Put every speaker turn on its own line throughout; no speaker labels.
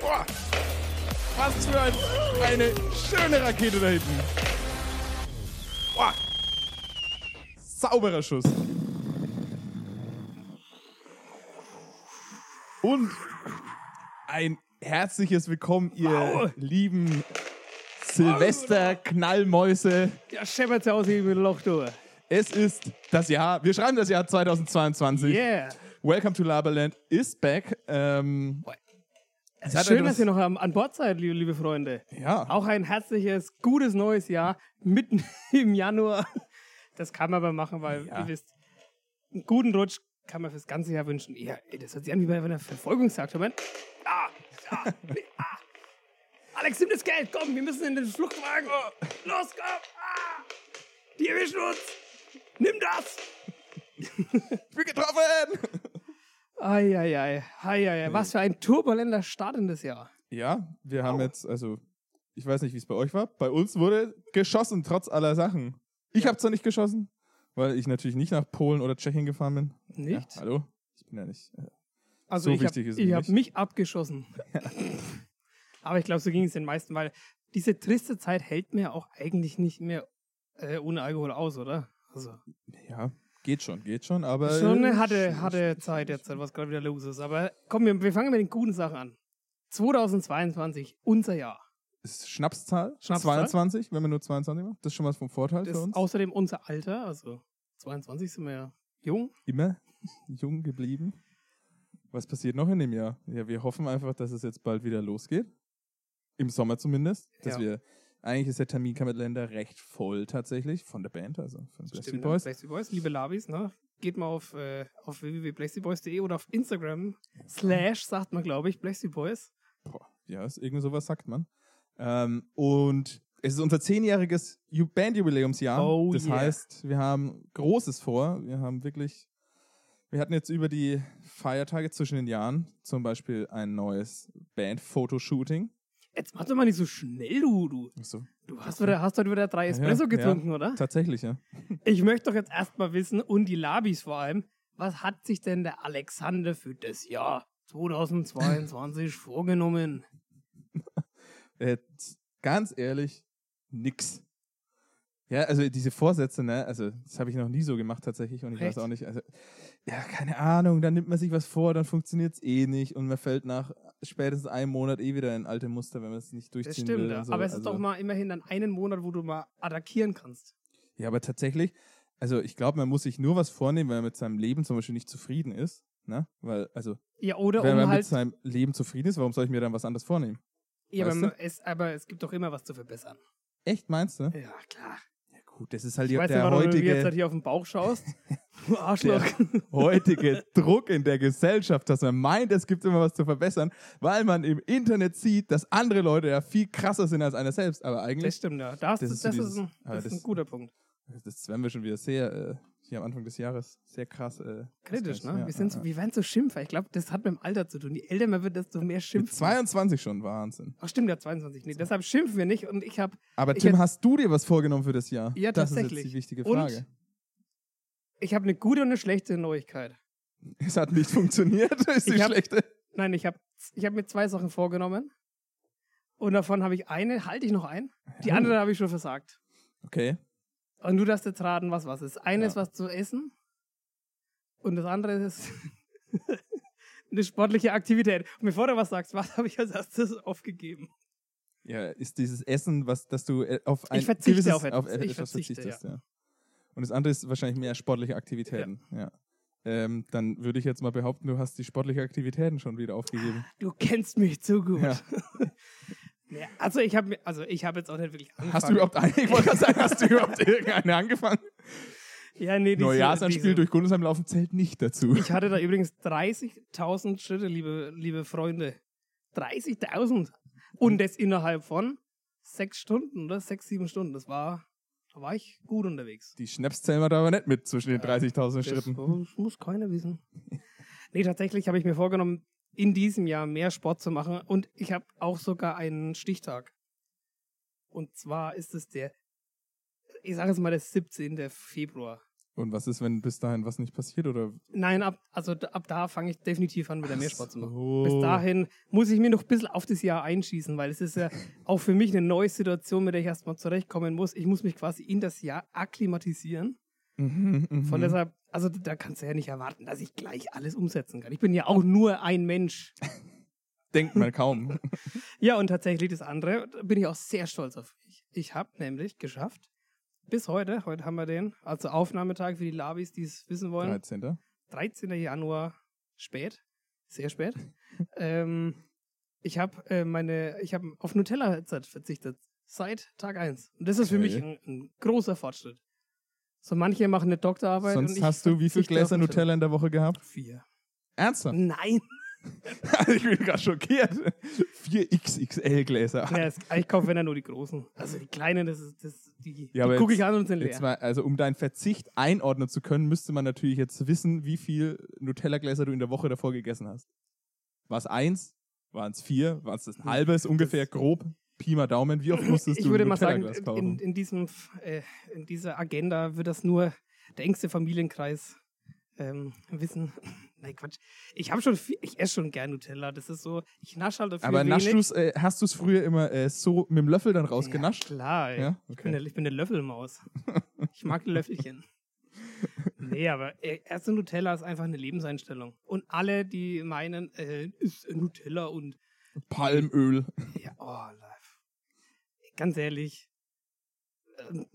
Boah, was für ein, eine schöne Rakete da hinten. Boah, sauberer Schuss. Und ein herzliches Willkommen, ihr
Wow.
lieben Silvester-Knallmäuse.
Ja, scheppert's aus wie ein Loch, du.
Es ist das Jahr, wir schreiben das Jahr 2022.
Yeah.
Welcome to Laberland is back. Ähm, es hat
Schön,
etwas-
dass ihr noch am- an Bord seid, liebe, liebe Freunde.
Ja.
Auch ein herzliches, gutes neues Jahr, mitten im Januar. Das kann man aber machen, weil,
Ja.
ihr wisst, einen guten Rutsch kann man fürs ganze Jahr wünschen. Ja, ey, das hört sich an wie bei einer Verfolgungsjagd. Moment. Ah, ah, nee, ah. Alex, nimm das Geld. Komm, wir müssen in den Fluchtwagen. Oh, Los, komm. Ah. Die erwischen uns. Nimm das.
Ich bin getroffen!
Eieiei, eieiei, was für ein turbulenter Start in das Jahr.
Ja, wir haben jetzt, also, ich weiß nicht, wie es bei euch war. Bei uns wurde geschossen, trotz aller Sachen. Ich habe zwar nicht geschossen, weil ich natürlich nicht nach Polen oder Tschechien gefahren bin.
Nicht?
Ja, hallo? Ich bin ja nicht. äh,
also
so
ich
wichtig ist es
habe hab
nicht.
mich abgeschossen. Aber ich glaube, so ging es den meisten, weil diese triste Zeit hält mir auch eigentlich nicht mehr äh, ohne Alkohol aus, oder? Also,
äh, Ja, geht schon, geht schon, aber.
schon eine harte, harte Zeit jetzt, was gerade wieder los ist. Aber komm, wir, wir fangen mit den guten Sachen an. 2022, unser Jahr.
Ist Schnapszahl,
Schnapszahl?
22, wenn man nur 22 macht. Das ist schon was vom Vorteil
Das
für
ist
uns.
außerdem unser Alter, also 22 sind wir ja jung.
Immer jung geblieben. Was passiert noch in dem Jahr? Ja, wir hoffen einfach, dass es jetzt bald wieder losgeht. Im Sommer zumindest. Dass
Ja.
wir, eigentlich ist der Terminkalender recht voll tatsächlich von der Band, also von Blasty
Stimmt,
Boys.
Blackstreet Boys, liebe Labis, ne? Geht mal auf, äh, auf www.blackstreetboys.de oder auf Instagram. Slash, sagt man, glaube ich, Blackstreet Boys.
Boah, ja, ist irgendwie sowas sagt man. Ähm, und es ist unser zehnjähriges Ju- Bandjubiläumsjahr.
Oh
das
yeah.
heißt, wir haben Großes vor. Wir haben wirklich, wir hatten jetzt über die Feiertage zwischen den Jahren zum Beispiel ein neues Band-Fotoshooting.
Jetzt mach doch mal nicht so schnell, du. Du,
Ach so,
du hast, wieder, hast heute wieder drei
Ja,
Espresso
ja.
getrunken, oder?
tatsächlich, ja.
Ich möchte doch jetzt erstmal wissen, und die Labis vor allem, was hat sich denn der Alexander für das Jahr 2022 vorgenommen?
Jetzt, ganz ehrlich, nix. Ja, also diese Vorsätze, ne, also das habe ich noch nie so gemacht tatsächlich und ich
Echt?
weiß auch nicht, also ja, keine Ahnung, dann nimmt man sich was vor, dann funktioniert es eh nicht und man fällt nach spätestens einem Monat eh wieder in alte Muster, wenn man es nicht durchziehen
Das stimmt,
will.
ja.
und so.
aber es ist
also,
doch mal immerhin dann einen Monat, wo du mal attackieren kannst.
Ja, aber tatsächlich, also ich glaube, man muss sich nur was vornehmen, wenn man mit seinem Leben zum Beispiel nicht zufrieden ist, ne, weil, also
Ja, oder
wenn
um
man mit
halt.
seinem Leben zufrieden ist, warum soll ich mir dann was anderes vornehmen?
Ja,
weißt
aber, es, aber es gibt doch immer was zu verbessern.
Echt, meinst du?
Ja, klar.
Ja gut, das ist halt
Ich weiß nicht,
der
warum du
heutige...
mir jetzt halt hier auf den Bauch schaust. Du Arschloch.
heutige Druck in der Gesellschaft, dass man meint, es gibt immer was zu verbessern, weil man im Internet sieht, dass andere Leute ja viel krasser sind als einer selbst. Aber
Das
eigentlich,
stimmt, ja.
Das
Das, das,
ist
ist,
so
das,
dieses-
ist, ein,
aber
das ist
das-
ein guter Punkt.
das werden wir schon wieder sehr, äh, hier am Anfang des Jahres, sehr krass. Äh,
Kritisch,
krass,
ne?
ja,
wir, sind
ja,
so,
ja.
wir werden so Schimpfer. Ich glaube, das hat mit dem Alter zu tun. Je älter man wird, desto mehr
Mit
schimpfen.
22 schon, Wahnsinn.
Ach stimmt, ja, 22. Nee, deshalb schimpfen wir nicht. Und ich habe,
Aber
Ich
Tim,
hätt-
hast du dir was vorgenommen für das Jahr?
Ja,
das Das ist jetzt
tatsächlich.
die wichtige
Und-
Frage.
ich habe eine gute und eine schlechte Neuigkeit.
es hat nicht funktioniert, ist die
Ich hab-
schlechte.
Nein, ich habe ich hab mir zwei Sachen vorgenommen. Und davon habe ich eine, halte ich noch ein. Die
Ja.
andere habe ich schon versagt.
Okay.
Und du darfst jetzt raten, was was ist. Eine
Ja.
ist was zu essen. Und das andere ist eine sportliche Aktivität. Und bevor du was sagst, was habe ich als erstes aufgegeben?
Ja, ist dieses Essen, was, dass du äh, auf ein
Ich verzichte
gewisses,
auf etwas.
äh,
Ich verzichte,
verzichtest. Ja. Und das andere ist wahrscheinlich mehr sportliche Aktivitäten. Ja. Ähm, dann würde ich jetzt mal behaupten, du hast die sportlichen Aktivitäten schon wieder aufgegeben.
Du kennst mich zu Ah, gut.
Ja.
Ja, also ich habe also ich habe jetzt auch nicht wirklich angefangen.
Hast du überhaupt eine? Ich wollte gerade sagen, hast du überhaupt irgendeine angefangen?
ja, nee, diese,
Neujahrsanspiel
diese-
durch Gundesheim laufen zählt nicht dazu.
Ich hatte da übrigens 30.000 Schritte, liebe, liebe Freunde. 30.000 und das innerhalb von sechs Stunden oder sechs sieben Stunden. Das war da war ich gut unterwegs.
Die Schnaps zählen wir da aber nicht mit zwischen den 30.000 Schritten.
Das, das muss keiner wissen. Nee, tatsächlich habe ich mir vorgenommen, in diesem Jahr mehr Sport zu machen und ich habe auch sogar einen Stichtag. Und zwar ist es der, ich sage es mal, der 17. Februar.
Und was ist, wenn bis dahin was nicht passiert? Oder
Nein, ab, also d- ab da fange ich definitiv an, wieder mehr Sport zu machen.
so.
Bis dahin muss ich mir noch ein bisschen auf das Jahr einschießen, weil es ist ja auch für mich eine neue Situation, mit der ich erstmal zurechtkommen muss. Ich muss mich quasi in das Jahr akklimatisieren.
Mhm, mhm.
Von deshalb, also d- da kannst du ja nicht erwarten, dass ich gleich alles umsetzen kann. Ich bin ja auch nur ein Mensch.
denkt man kaum.
Ja, und tatsächlich das andere, da bin ich auch sehr stolz auf mich. Ich habe nämlich geschafft, bis heute, heute haben wir den, also Aufnahmetag für die Labis, die es wissen wollen.
13.
13. Januar spät, sehr spät. ähm, ich habe äh, meine, ich habe auf Nutella seit- verzichtet seit Tag 1. Und das ist für
Okay.
mich ein, ein großer Fortschritt. So manche machen eine Doktorarbeit. und
Sonst
ich
hast du wie viele
verzichte auf
Gläser Nutella in der Woche gehabt?
Vier.
Ernsthaft?
Nein.
ich bin gerade schockiert. Vier XXL Gläser.
Ja, es, ich kaufe wenn dann nur die großen. Also die kleinen, das ist das, die,
Ja, aber
die gucke
jetzt-
ich an und sind leer.
Jetzt mal, also um deinen Verzicht einordnen zu können, müsste man natürlich jetzt wissen, wie viel Nutella-Gläser du in der Woche davor gegessen hast. War es eins? Waren es vier? War es ein halbes ungefähr grob? Pi mal Daumen, wie oft musstest
ich
du
würde
ein
mal sagen,
Nutella-Glas kaufen?
in, in, diesem, äh, in dieser Agenda wird das nur der engste Familienkreis ähm, wissen. Nein, Quatsch. Ich habe schon viel, ich esse schon gern Nutella. Das ist so, ich nasche halt dafür
Aber
wenig.
nascht du's, äh, hast du es früher immer äh, so mit dem Löffel dann rausgenascht?
Ja, klar, ey.
Ja?
ich, bin
Okay.
eine, ich bin eine Löffelmaus. Ich mag Löffelchen. Nee, aber äh, erste Nutella ist einfach eine Lebenseinstellung. Und alle, die meinen, äh, ist Nutella und
Palmöl.
Ja, oh, live. Ganz ehrlich. Ähm,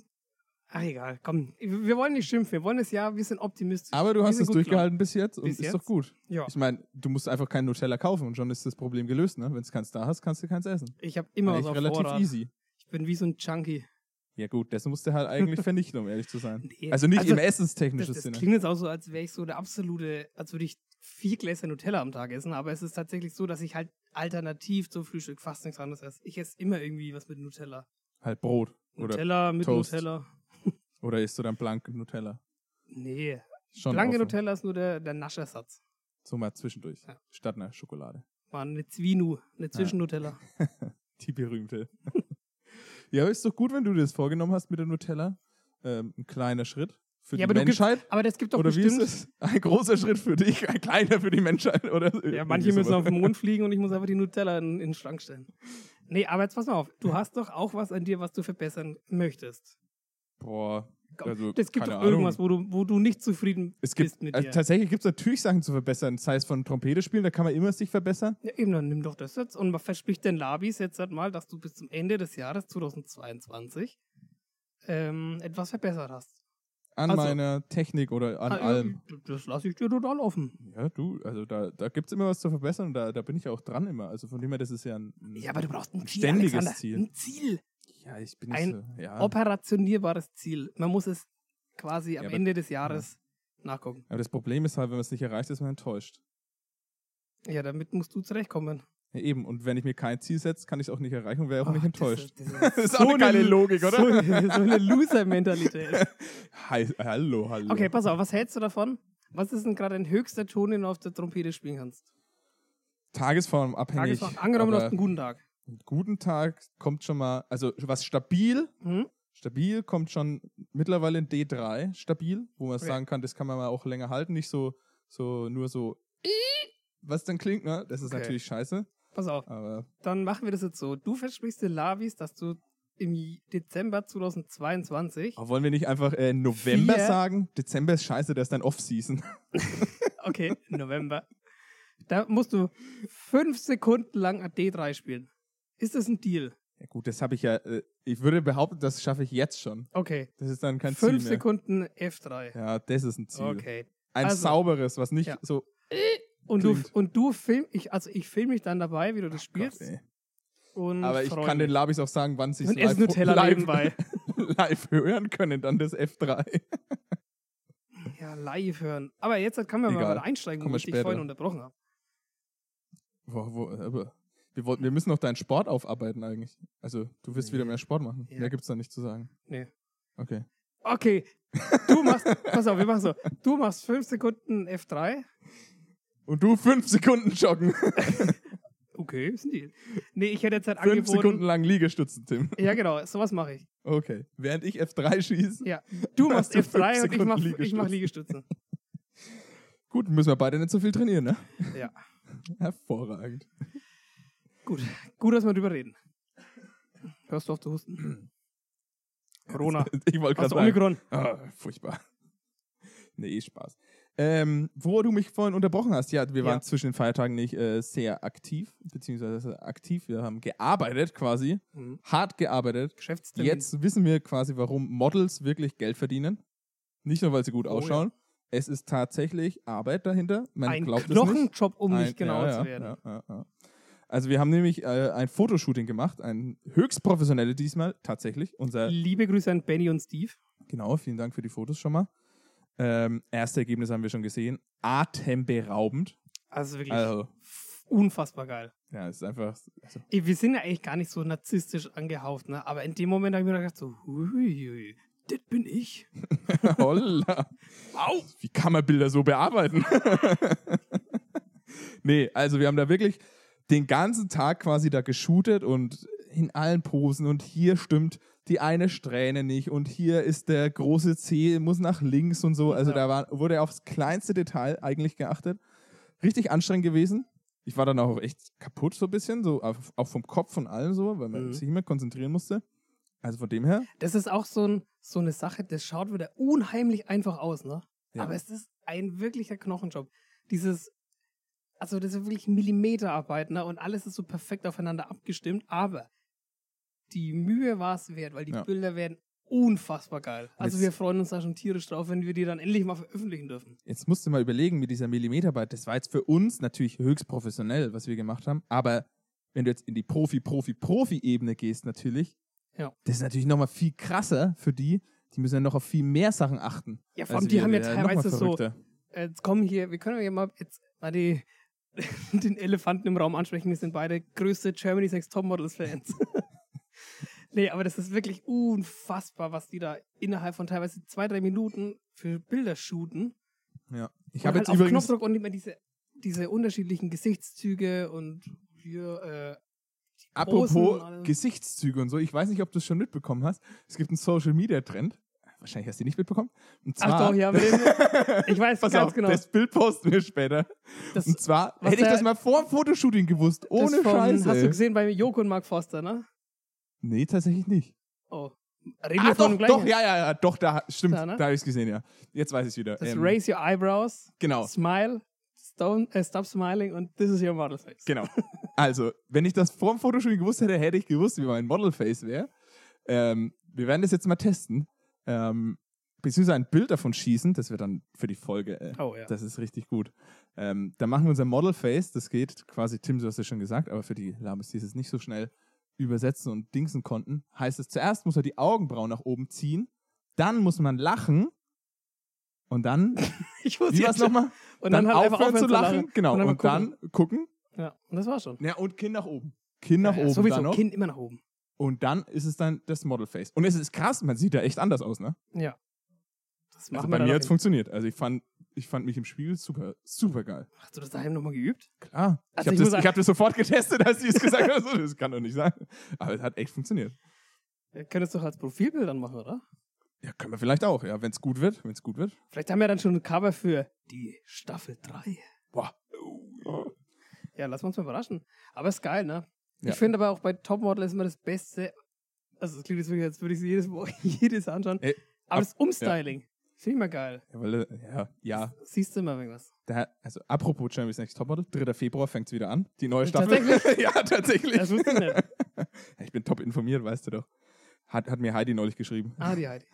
Ach, egal, komm. Wir wollen nicht schimpfen, wir wollen es ja, wir sind optimistisch.
Aber du
Wir
hast
sind
es
gut gelaunt.
durchgehalten bis jetzt und
Bis
ist
jetzt?
doch gut.
Ja,
Ich meine, du musst einfach keinen Nutella kaufen und schon ist das Problem gelöst, ne? Wenn es keins da hast, kannst du keins essen.
ich habe immer was
Eigentlich
auf
relativ
Vorrat.
easy.
Ich bin wie so ein Junkie.
Ja gut, das musst du halt eigentlich vernichten, um ehrlich zu sein.
Nee,
Also nicht
also
im
Das,
essenstechnischen
das
Sinne.
klingt jetzt auch so, als wäre ich so der absolute, als würde ich vier Gläser Nutella am Tag essen, aber es ist tatsächlich so, dass ich halt alternativ zum Frühstück fast nichts anderes esse. Ich esse immer irgendwie was mit Nutella.
Halt Brot. Oder,
Nutella mit
Toast.
Nutella.
oder isst du dann blank Nutella?
Nee.
Schon
Blanke
offen.
Nutella ist nur der, der Naschersatz.
So mal zwischendurch.
Ja.
Statt einer Schokolade.
War eine Zwinu, eine Zwischennutella.
Die berühmte. ja, aber ist doch gut, wenn du dir das vorgenommen hast mit der Nutella. Ähm, ein kleiner Schritt für
Ja,
die
aber du gibst-
Menschheit.
Aber das gibt doch
oder wie
bestimmt.
ist es? Ein großer Schritt für dich, ein kleiner für die Menschheit. Oder
Ja, manche müssen auf den Mond fliegen und ich muss einfach die Nutella in, in den Schrank stellen. Nee, aber jetzt pass mal auf. Du hast doch auch was an dir, was du verbessern möchtest.
Boah,
Komm,
Also,
das gibt
keine
doch irgendwas,
Ahnung.
wo du, wo du nicht zufrieden
es gibt,
bist mit
also
dir.
tatsächlich gibt es natürlich Sachen zu verbessern. Das heißt, von Trompete spielen, da kann man immer sich verbessern.
ja, eben, dann nimm doch das jetzt und versprich den Labis jetzt halt mal, dass du bis zum Ende des Jahres 2022 ähm, etwas verbessert hast.
An
Also-
meiner Technik oder an
Ah, ja,
allem.
d- Das lasse ich dir total offen.
Ja, du, also da, da gibt es immer was zu verbessern und da, da bin ich auch dran immer. Also von dem her, das ist ja ein. ein-
Ja, aber du brauchst ein
Ein
Ziel,
ständiges
Alexander.
Ziel.
Ein Ziel.
ja ich bin nicht
ein
so, ja.
Operationierbares Ziel. Man muss es quasi am
aber-
Ende des Jahres nachgucken.
Aber das Problem ist halt, wenn man es nicht erreicht, ist man enttäuscht.
Ja, damit musst du zurechtkommen.
Ja, eben. Und wenn ich mir kein Ziel setze, kann ich es auch nicht erreichen und wäre auch
Oh,
nicht
das
enttäuscht.
ist- Das ist,
Das ist auch eine geile Logik, oder?
So, eine- so eine Loser-Mentalität.
Hi, hallo, hallo.
Okay, pass auf, was hältst du davon? Was ist denn gerade dein höchster Ton, den du auf der Trompete spielen kannst?
Tagesform abhängig.
Tagesform, angenommen, du
aber
hast einen guten Tag.
einen guten Tag kommt schon mal, also was stabil,
Hm?
stabil kommt schon mittlerweile in D3 stabil, wo man
Okay.
sagen kann, das kann man mal auch länger halten, nicht so, so nur so, was dann klingt, ne? Das ist
Okay.
natürlich scheiße,
Pass auf,
aber
dann machen wir das jetzt so. Du versprichst den Lavis, dass du im Dezember 2022.
aber wollen wir nicht einfach äh, November
Vier.
sagen? Dezember ist scheiße, das ist dann Off-Season.
Okay, November. Da musst du fünf Sekunden lang ein D3 spielen. Ist das ein Deal?
ja gut, das habe ich ja, äh, ich würde behaupten, das schaffe ich jetzt schon.
Okay.
Das ist dann kein
Fünf
Ziel mehr.
Sekunden F3.
Ja, das ist ein Ziel.
Okay.
Ein
Also-
sauberes, was nicht
Ja.
so,
Und du,
Klingt.
und du film, ich, also ich film mich dann dabei, wie du das
Gott,
spielst.
ey.
und
aber ich
freu
kann
mich.
den Labis auch sagen, wann sie es
Und
live,
ess Nutella
live,
nebenbei.
live hören können, dann das F3.
Ja, live hören. Aber jetzt kann man
Egal.
mal einsteigen,
Kommen
wo
wir
ich dich
später.
vorhin unterbrochen habe.
Wo, wo, aber wir, wollten, wir müssen noch deinen Sport aufarbeiten eigentlich. Also, du willst wieder mehr Sport machen.
Ja.
Mehr gibt's da nicht zu sagen.
Nee.
Okay.
Okay, du machst, pass auf, wir machen so. Du machst fünf Sekunden F3.
Und du fünf Sekunden joggen.
Oh okay, ist nicht. Nee, ich hätte jetzt halt
Fünf
angeboten.
Sekunden lang Liegestützen, Tim.
Ja, genau, sowas mache ich.
Okay. Während ich F3 schieße.
Ja. Du
Hast
machst
du fünf
F3 und ich
Sekunden
mach, ich mach
Liegestütze.
Liegestütze.
Gut, müssen wir beide nicht so viel trainieren, ne?
Ja.
Hervorragend.
Gut. Gut, dass wir drüber reden. Hörst du auf zu husten? Corona.
Ich wollte gerade
Hast du
sagen.
Omikron?
Ah, furchtbar. Nee, Spaß. Ähm, wo du mich vorhin unterbrochen hast, ja, wir
Ja.
waren zwischen den Feiertagen nicht äh, sehr aktiv, beziehungsweise aktiv, wir haben gearbeitet quasi,
Mhm.
hart gearbeitet.
Geschäftstermin.
Jetzt wissen wir quasi, warum Models wirklich Geld verdienen. Nicht nur, weil sie gut
Oh,
ausschauen. Es ist tatsächlich Arbeit dahinter. Man
Ein
glaubt es nicht.
Knochenjob, um
Ein-
nicht genau
ja, ja,
zu werden.
Ja, ja, ja. Also wir haben nämlich äh, ein Fotoshooting gemacht, ein höchst professionelles diesmal, tatsächlich. Unser
Liebe Grüße an Benny und Steve.
Genau, vielen Dank für die Fotos schon mal. Ähm, erste Ergebnisse haben wir schon gesehen. Atemberaubend.
Also wirklich
Also,
unfassbar geil.
ja, es ist einfach. Also,
Ey, Wir sind ja eigentlich gar nicht so narzisstisch angehaucht, ne? aber in dem Moment habe ich mir gedacht, so, huiuiui, das bin ich.
holla. Au! Wie kann man Bilder so bearbeiten? nee, also wir haben da wirklich den ganzen Tag quasi da geshootet und in allen Posen und hier stimmt die eine Strähne nicht und hier ist der große Zeh, muss nach links und so. Also
Ja.
da war, wurde aufs kleinste Detail eigentlich geachtet. Richtig anstrengend gewesen. Ich war dann auch echt kaputt so ein bisschen, so auf, auch vom Kopf und allem so, weil man
Mhm.
sich immer konzentrieren musste. Also von dem her,
Das ist auch so, ein, so eine Sache, das schaut wieder unheimlich einfach aus, ne?
Ja.
Aber es ist ein wirklicher Knochenjob. Dieses, also das ist wirklich Millimeterarbeit, ne? Und alles ist so perfekt aufeinander abgestimmt, aber die Mühe war es wert, weil die
Ja.
Bilder werden unfassbar geil. Also
Jetzt-
wir freuen uns da schon tierisch drauf, wenn wir die dann endlich mal veröffentlichen dürfen.
Jetzt musst du mal überlegen, mit dieser Millimeterarbeit, das war jetzt für uns natürlich höchst professionell, was wir gemacht haben, aber wenn du jetzt in die Profi-Profi-Profi-Ebene gehst, natürlich,
Ja.
das ist natürlich nochmal viel krasser für die, die müssen ja noch auf viel mehr Sachen achten. Also
Ja, vor allem, die haben ja teilweise so,
so.
jetzt kommen hier, wir können ja mal jetzt mal die, den Elefanten im Raum ansprechen. Wir sind beide größte Germany's Next Topmodels-Fans. nee, aber das ist wirklich unfassbar, was die da innerhalb von teilweise zwei, drei Minuten für Bilder shooten.
Ja. Ich habe
Und halt
jetzt
auf
übrigens,
Knopfdruck und immer diese, diese unterschiedlichen Gesichtszüge und hier, äh, die Posen
apropos
und alles.
Gesichtszüge und so, ich weiß nicht, ob du es schon mitbekommen hast, es gibt einen Social-Media-Trend, wahrscheinlich hast du ihn nicht mitbekommen, und zwar,
Ach doch, ja, mit dem, ich weiß
pass
ganz
auf,
genau.
das Bild posten wir später.
das,
Und zwar,
was
hätte ich
der-
das mal vor dem Fotoshooting gewusst,
das
ohne
von,
Scheiße.
Hast du gesehen bei Joko und Mark Foster, ne?
Nee, tatsächlich nicht.
Oh. Reden
Ah,
wir von dem
doch,
gleichen?
doch, ja, ja, ja, doch, da stimmt,
Da,
da,
ne?
habe ich es gesehen, ja. Jetzt weiß ich es wieder.
Das
Ähm,
Raise Your Eyebrows.
Genau,
Smile, stone, äh, Stop Smiling und This is Your Model Face.
genau. Also, wenn ich das vor dem Fotoshooting gewusst hätte, hätte ich gewusst, wie mein Modelface wäre. Ähm, wir werden das jetzt mal testen. Ähm, beziehungsweise ein Bild davon schießen, das wir dann für die Folge. Äh,
Oh ja.
Das ist richtig gut. Ähm, dann machen wir unser Modelface, das geht quasi, Tim, du hast es schon gesagt, aber für die Lames, die es nicht so schnell übersetzen und dingsen konnten, heißt es, zuerst muss er die Augenbrauen nach oben ziehen, dann muss man lachen und dann
Ich wusste
Wie war es
jetzt schon.
nochmal?
Und dann, halt einfach
aufhören zu lachen. Genau. Und,
dann mal
dann gucken.
Ja, und das war schon.
Ja, und Kinn nach oben. Kinn nach
ja,
oben
Sowieso,
dann noch.
Kind immer nach oben.
Und dann ist es dann das Modelface. Und es ist krass, man sieht da echt anders aus, ne?
Ja. Das
Also
machen
bei
wir
mir
dann
hat es
auch
funktioniert. Also ich fand, ich fand mich im Spiegel super, super geil.
hin. Hast du das daheim nochmal geübt?
Klar.
Also ich
ich habe
muss
das,
sagen-
ich hab das sofort getestet, als sie es gesagt hat. So, Das kann doch nicht sein. Aber es hat echt funktioniert.
Ja, Äh, Könntest du doch als Profilbild dann machen, oder?
Ja, können wir vielleicht auch, ja, wenn es gut wird. Wenn es gut wird.
Vielleicht haben wir dann schon ein Cover für die Staffel 3.
Boah.
Ja, lassen wir uns mal überraschen. Aber ist geil, ne?
Ja.
Ich finde aber auch bei Topmodel ist immer das Beste. Also, es klingt jetzt wirklich, als würde ich sie jedes, Mal- jedes anschauen.
Ey, Äh, ab-
aber das Umstyling. Finde ich immer geil.
Ja, weil, äh, ja, ja.
Siehst du immer irgendwas.
Da, also apropos Jeremy's Next Topmodel, 3. Februar fängt es wieder an. Die neue
Und
Staffel. ja, tatsächlich.
Das wusste ich nicht.
Ich bin top informiert, weißt du doch. Hat, hat mir Heidi neulich geschrieben.
Ah, die Heidi.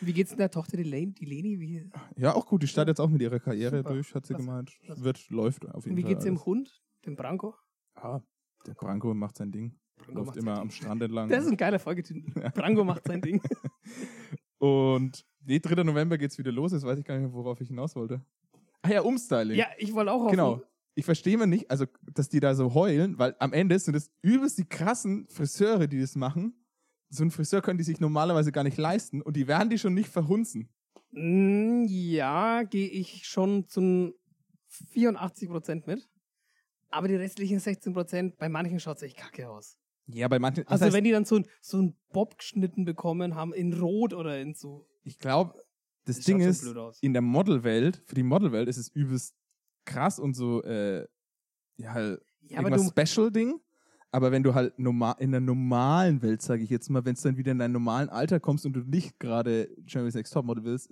Wie geht's denn der Tochter, die Lane, die Leni? Wie,
Ja, auch gut. Die startet jetzt auch mit ihrer Karriere
Super.
durch, hat sie
Klasse.
gemeint.
Klasse.
Wird, läuft auf jeden
wie
Fall.
geht's dem
alles.
Hund, dem Branko?
Ah, der Branko macht sein Ding.
Branko
Läuft
macht
immer
sein
am
Ding.
Strand entlang.
Das ist ein geiler Folgetitel. Branko macht sein Ding.
Und nee, 3. November geht's wieder los. Jetzt weiß ich gar nicht mehr, worauf ich hinaus wollte. Ah ja, Umstyling.
Ja, ich wollte auch auf
Genau. Ich verstehe mir nicht, also, dass die da so heulen, weil am Ende sind es übelst die krassen Friseure, die das machen. So einen Friseur können die sich normalerweise gar nicht leisten und die werden die schon nicht verhunzen.
Hm, Mm, Ja, gehe ich schon zu 84% mit. Aber die restlichen 16%, bei manchen schaut es echt kacke aus.
Ja, bei manchen.
Also
das heißt,
wenn die dann so, ein- so einen Bob geschnitten bekommen haben, in Rot oder in so.
ich glaube, das
schaut
Ding
schon
ist,
blöd aus.
in der Modelwelt, für die Modelwelt ist es übelst krass und so, äh, ja, halt
Ja, aber
irgendwas
du,
Special-Ding. Aber wenn du halt normal, in der normalen Welt, sage ich jetzt mal, wenn es dann wieder in dein normalen Alter kommst und du nicht gerade Jeremy's Next Topmodel willst,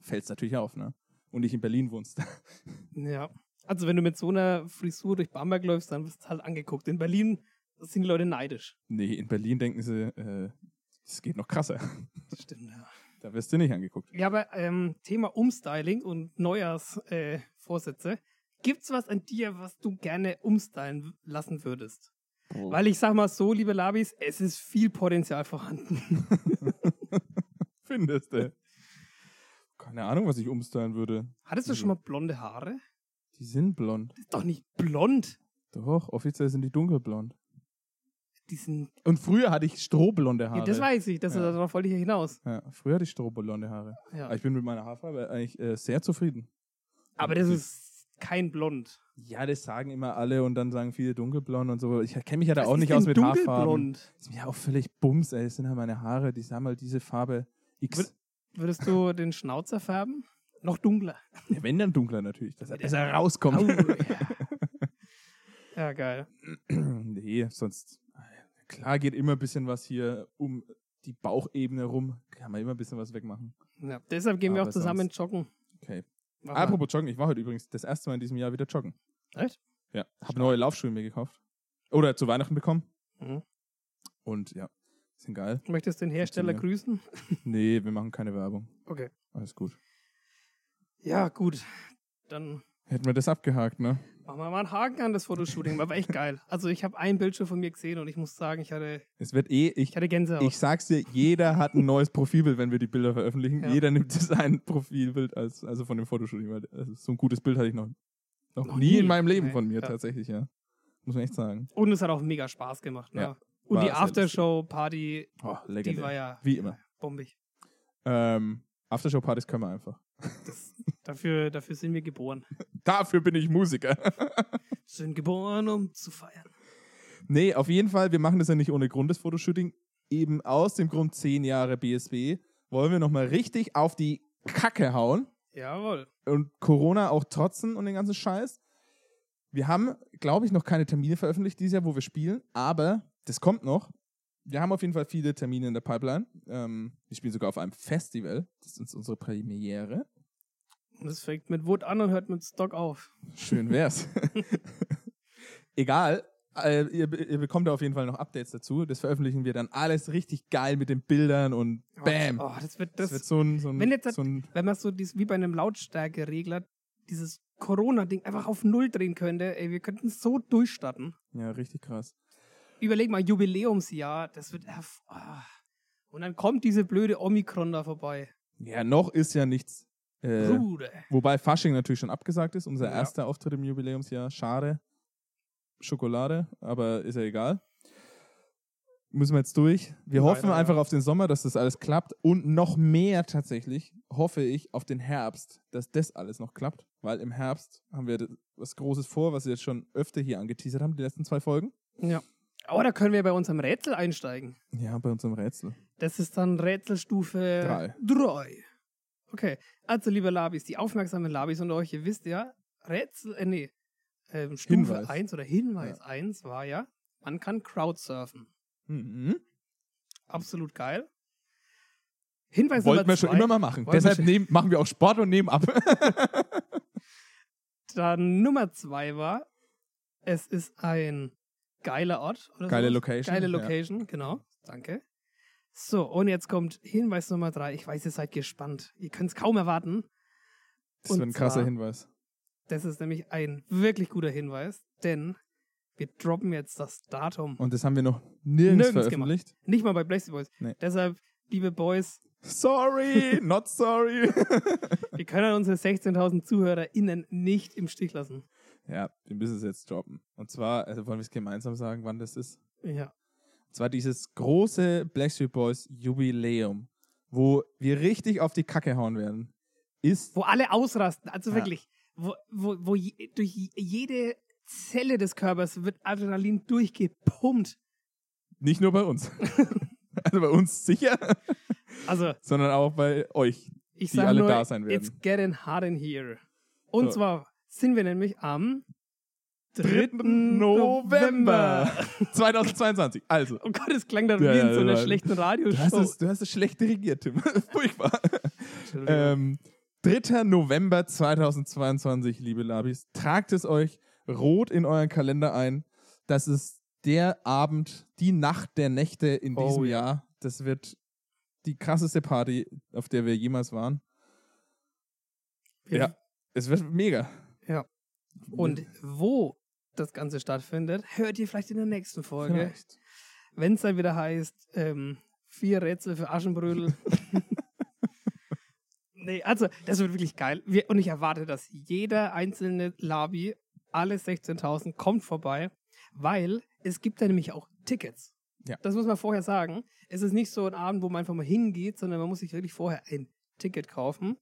fällt es natürlich auf, ne? Und nicht in Berlin wohnst.
ja. Also wenn du mit so einer Frisur durch Bamberg läufst, dann wirst du halt angeguckt. In Berlin sind die Leute neidisch.
nee, in Berlin denken sie, äh, es geht noch krasser.
Das stimmt, ja.
Da wirst du nicht angeguckt.
Ja, aber ähm, Thema Umstyling und Neujahrsvorsätze. Äh, Vorsätze. Gibt's was an dir, was du gerne umstylen w- lassen würdest? Weil ich sag mal so, liebe Labis, es ist viel Potenzial vorhanden.
findest du? Keine Ahnung, was ich umstylen würde.
Hattest du
Mhm.
schon mal blonde Haare?
Die sind blond.
Das ist doch nicht blond.
Doch, offiziell sind die dunkelblond.
Die sind.
Und früher hatte ich strohblonde Haare.
Ja, das weiß ich, das,
Ja.
darauf wollte ich ja hinaus.
ja, früher hatte ich strohblonde Haare.
Ja.
Aber ich bin mit meiner Haarfarbe eigentlich äh, sehr zufrieden. Also
Aber das ist kein Blond.
Ja, das sagen immer alle und dann sagen viele dunkelblond und so. Ich kenne mich ja da
Was
auch
ist
nicht
denn
aus mit Haarfarben.
dunkelblond?
Ist mir auch völlig Bums, ey. Das sind halt meine Haare, die haben halt diese Farbe
Wür-
X.
Würdest du den Schnauzer färben? Noch dunkler.
Ja, wenn dann dunkler natürlich, dass er besser rauskommt.
Au, ja. ja, geil.
nee, sonst. äh, Klar geht immer ein bisschen was hier um die Bauchebene rum. Kann man immer ein bisschen was wegmachen.
Ja, deshalb gehen wir
Aber
auch zusammen joggen.
Okay.
Mach mal.
Apropos Joggen, ich war heute übrigens das erste Mal in diesem Jahr wieder joggen.
Echt?
Ja, habe neue Laufschuhe mir gekauft. Oder zu Weihnachten bekommen.
Mhm.
Und ja, sind geil.
Möchtest du den Hersteller grüßen?
Nee, wir machen keine Werbung.
Okay.
Alles gut.
Ja, gut. Dann
Hätten wir das abgehakt, ne?
machen wir mal einen Haken an das Fotoshooting. War aber echt geil. Also ich habe ein Bild schon von mir gesehen und ich muss sagen, ich hatte,
Es wird eh, ich,
ich hatte Gänsehaut.
ich sag's dir, jeder hat ein neues Profilbild, wenn wir die Bilder veröffentlichen.
Ja.
Jeder nimmt sein Profilbild als, also von dem Fotoshooting. weil, Also so ein gutes Bild hatte ich noch, noch,
Noch
nie,
nie.
in meinem Leben
Nee,
von mir,
ja.
tatsächlich, ja. Muss man echt sagen.
und es hat auch mega Spaß gemacht. Ne?
Ja,
und
war
die
sehr
Aftershow-Party,
Oh,
die war
legendär.
ja
Wie immer.
bombig.
Ähm, Aftershow-Partys können wir einfach.
Das, dafür, dafür sind wir geboren.
Dafür bin ich Musiker.
Sind geboren, um zu feiern.
Nee, auf jeden Fall, wir machen das ja nicht ohne Grund, das Fotoshooting. Eben aus dem Grund 10 Jahre BSB wollen wir nochmal richtig auf die Kacke hauen
Jawohl.
und Corona auch trotzen und den ganzen Scheiß. Wir haben, glaube ich, noch keine Termine veröffentlicht dieses Jahr, wo wir spielen, aber das kommt noch. Wir haben auf jeden Fall viele Termine in der Pipeline. Ähm, wir spielen sogar auf einem Festival. Das ist unsere Premiere.
Und es fängt mit Wood an und hört mit Stock auf.
Schön wär's. Egal. Äh, ihr, be- ihr bekommt da auf jeden Fall noch Updates dazu. Das veröffentlichen wir dann alles richtig geil mit den Bildern und bam.
Oh, das wird,
das,
das,
wird so ein, so ein,
wenn jetzt-
so ein
wenn man so dies, wie bei einem Lautstärkeregler dieses Corona-Ding einfach auf Null drehen könnte, ey, wir könnten so durchstarten.
ja, richtig krass.
Überleg mal, Jubiläumsjahr, das wird erf ah. Und dann kommt diese blöde Omikron da vorbei.
Ja, noch ist ja nichts. Äh,
Bruder.
wobei Fasching natürlich schon abgesagt ist. Unser
Ja.
erster Auftritt im Jubiläumsjahr. Schade. Schokolade, aber ist ja egal. Müssen wir jetzt durch. Wir
Leider,
hoffen
ja.
einfach auf den Sommer, dass das alles klappt. Und noch mehr tatsächlich hoffe ich auf den Herbst, dass das alles noch klappt. Weil im Herbst haben wir was Großes vor, was wir jetzt schon öfter hier angeteasert haben, die letzten zwei Folgen.
Ja. Oh, da können wir bei unserem Rätsel einsteigen.
Ja, bei unserem Rätsel.
Das ist dann Rätselstufe
Drei.
drei. Okay, also liebe Labis, die aufmerksamen Labis unter euch, ihr wisst ja, Rätsel, äh, nee, ähm, Stufe
Hinweis.
1 oder Hinweis 1 war ja, man kann Crowdsurfen.
Mhm.
Absolut geil. Hinweis
Wollten
Nummer
wir schon
zwei,
immer mal machen.
Wollten
Deshalb
wir
nehmen, machen wir auch Sport und nehmen ab.
Dann Nummer zwei war, es ist ein geiler Ort. Oder
Geile
sowas.
Location,
Geile
ja.
Location, genau. Danke. So, und jetzt kommt Hinweis Nummer drei. Ich weiß, ihr seid gespannt. Ihr könnt es kaum erwarten.
Das wird
Und
ein krasser
zwar-
Hinweis.
Das ist nämlich ein wirklich guter Hinweis, denn wir droppen jetzt das Datum.
Und das haben wir noch nirgends,
Nirgends
veröffentlicht.
Nicht mal bei Blazy Boys.
Nee.
Deshalb, liebe Boys,
Sorry, not sorry.
wir können unsere 16.000 ZuhörerInnen nicht im Stich lassen.
ja, wir müssen es jetzt droppen. Und zwar, also wollen wir es gemeinsam sagen, wann das ist?
Ja.
Und zwar dieses große Blackstreet Boys Jubiläum, wo wir richtig auf die Kacke hauen werden, ist
Wo alle ausrasten. Also
Ja.
wirklich, wo, wo, wo je, durch jede Zelle des Körpers wird Adrenalin durchgepumpt.
Nicht nur bei uns. also bei uns sicher,
Also,
sondern auch bei euch.
ich
Die
sage
alle
nur,
da sein werden.
it's getting hot in here. Und
So.
zwar sind wir nämlich am
3.
3.
November 2022. Also,
Oh Gott, es klang dann
Ja,
wie
ja,
in so einer
ja.
schlechten
du hast,
Radioshow.
es, du hast es schlecht dirigiert, Tim. Furchtbar.
Entschuldigung.
Ähm, 3. November 2022, liebe Labis. Tragt es euch rot in euren Kalender ein. Das ist der Abend, die Nacht der Nächte in
Oh
diesem
ja.
Jahr. Das wird die krasseste Party, auf der wir jemals waren.
Wir-
äh, ja. Es wird mega.
Und wo das Ganze stattfindet, hört ihr vielleicht in der nächsten Folge.
Vielleicht.
Wenn es dann wieder heißt, ähm, vier Rätsel für Aschenbrödel. nee, also, das wird wirklich geil. Wir, und ich erwarte, dass jeder einzelne Labi, alle 16.000, kommt vorbei, weil es gibt da nämlich auch Tickets.
Ja.
Das muss man vorher sagen. Es ist nicht so ein Abend, wo man einfach mal hingeht, sondern man muss sich wirklich vorher ein Ticket kaufen.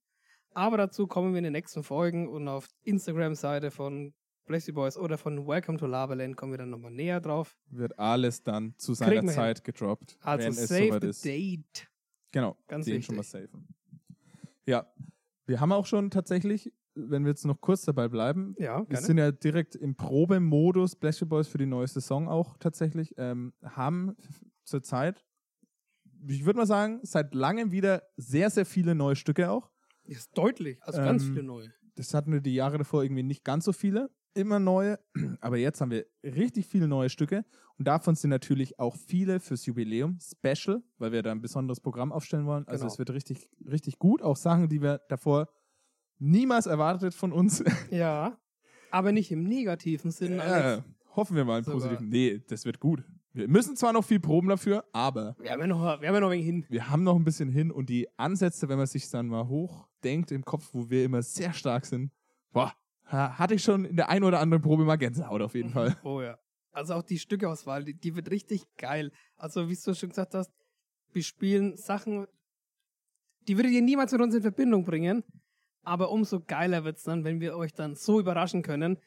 Aber dazu kommen wir in den nächsten Folgen und auf Instagram-Seite von Blessy Boys oder von Welcome to Laberland kommen wir dann nochmal näher drauf.
Wird alles dann zu
Kriegen
seiner
wir hin.
Zeit gedroppt,
Also
wenn es
save
soweit
the
ist.
date.
Genau,
Ganz
den
wichtig.
schon mal safen. Ja, wir haben auch schon tatsächlich, wenn wir jetzt noch kurz dabei bleiben,
Ja,
wir
gerne.
sind ja direkt im Probemodus, Blaster Boys für die neue Saison auch tatsächlich, ähm, haben zurzeit, ich würde mal sagen, seit langem wieder sehr, sehr viele neue Stücke auch.
Ist deutlich, also ganz
Ähm,
viele neue.
Das hatten wir die Jahre davor irgendwie nicht ganz so viele, immer neue, aber jetzt haben wir richtig viele neue Stücke und davon sind natürlich auch viele fürs Jubiläum special, weil wir da ein besonderes Programm aufstellen wollen. Also
Genau.
es wird richtig, richtig gut, auch Sachen, die wir davor niemals erwartet von uns.
Ja, aber nicht im negativen Sinn.
Äh,
Alex.
hoffen wir mal im
Sogar.
positiven. Nee, das wird gut. Wir müssen zwar noch viel proben dafür, aber
Wir haben ja noch, wir haben ja noch wegen hin.
wir haben noch ein bisschen hin und die Ansätze, wenn man sich dann mal hochdenkt im Kopf, wo wir immer sehr stark sind, boah, ha- hatte ich schon in der einen oder anderen Probe mal Gänsehaut auf jeden Fall.
Oh ja. Also auch die Stückeauswahl, die, die wird richtig geil. Also wie du schon gesagt hast, wir spielen Sachen, die würdet ihr niemals mit uns in Verbindung bringen. Aber umso geiler wird es dann, wenn wir euch dann so überraschen können,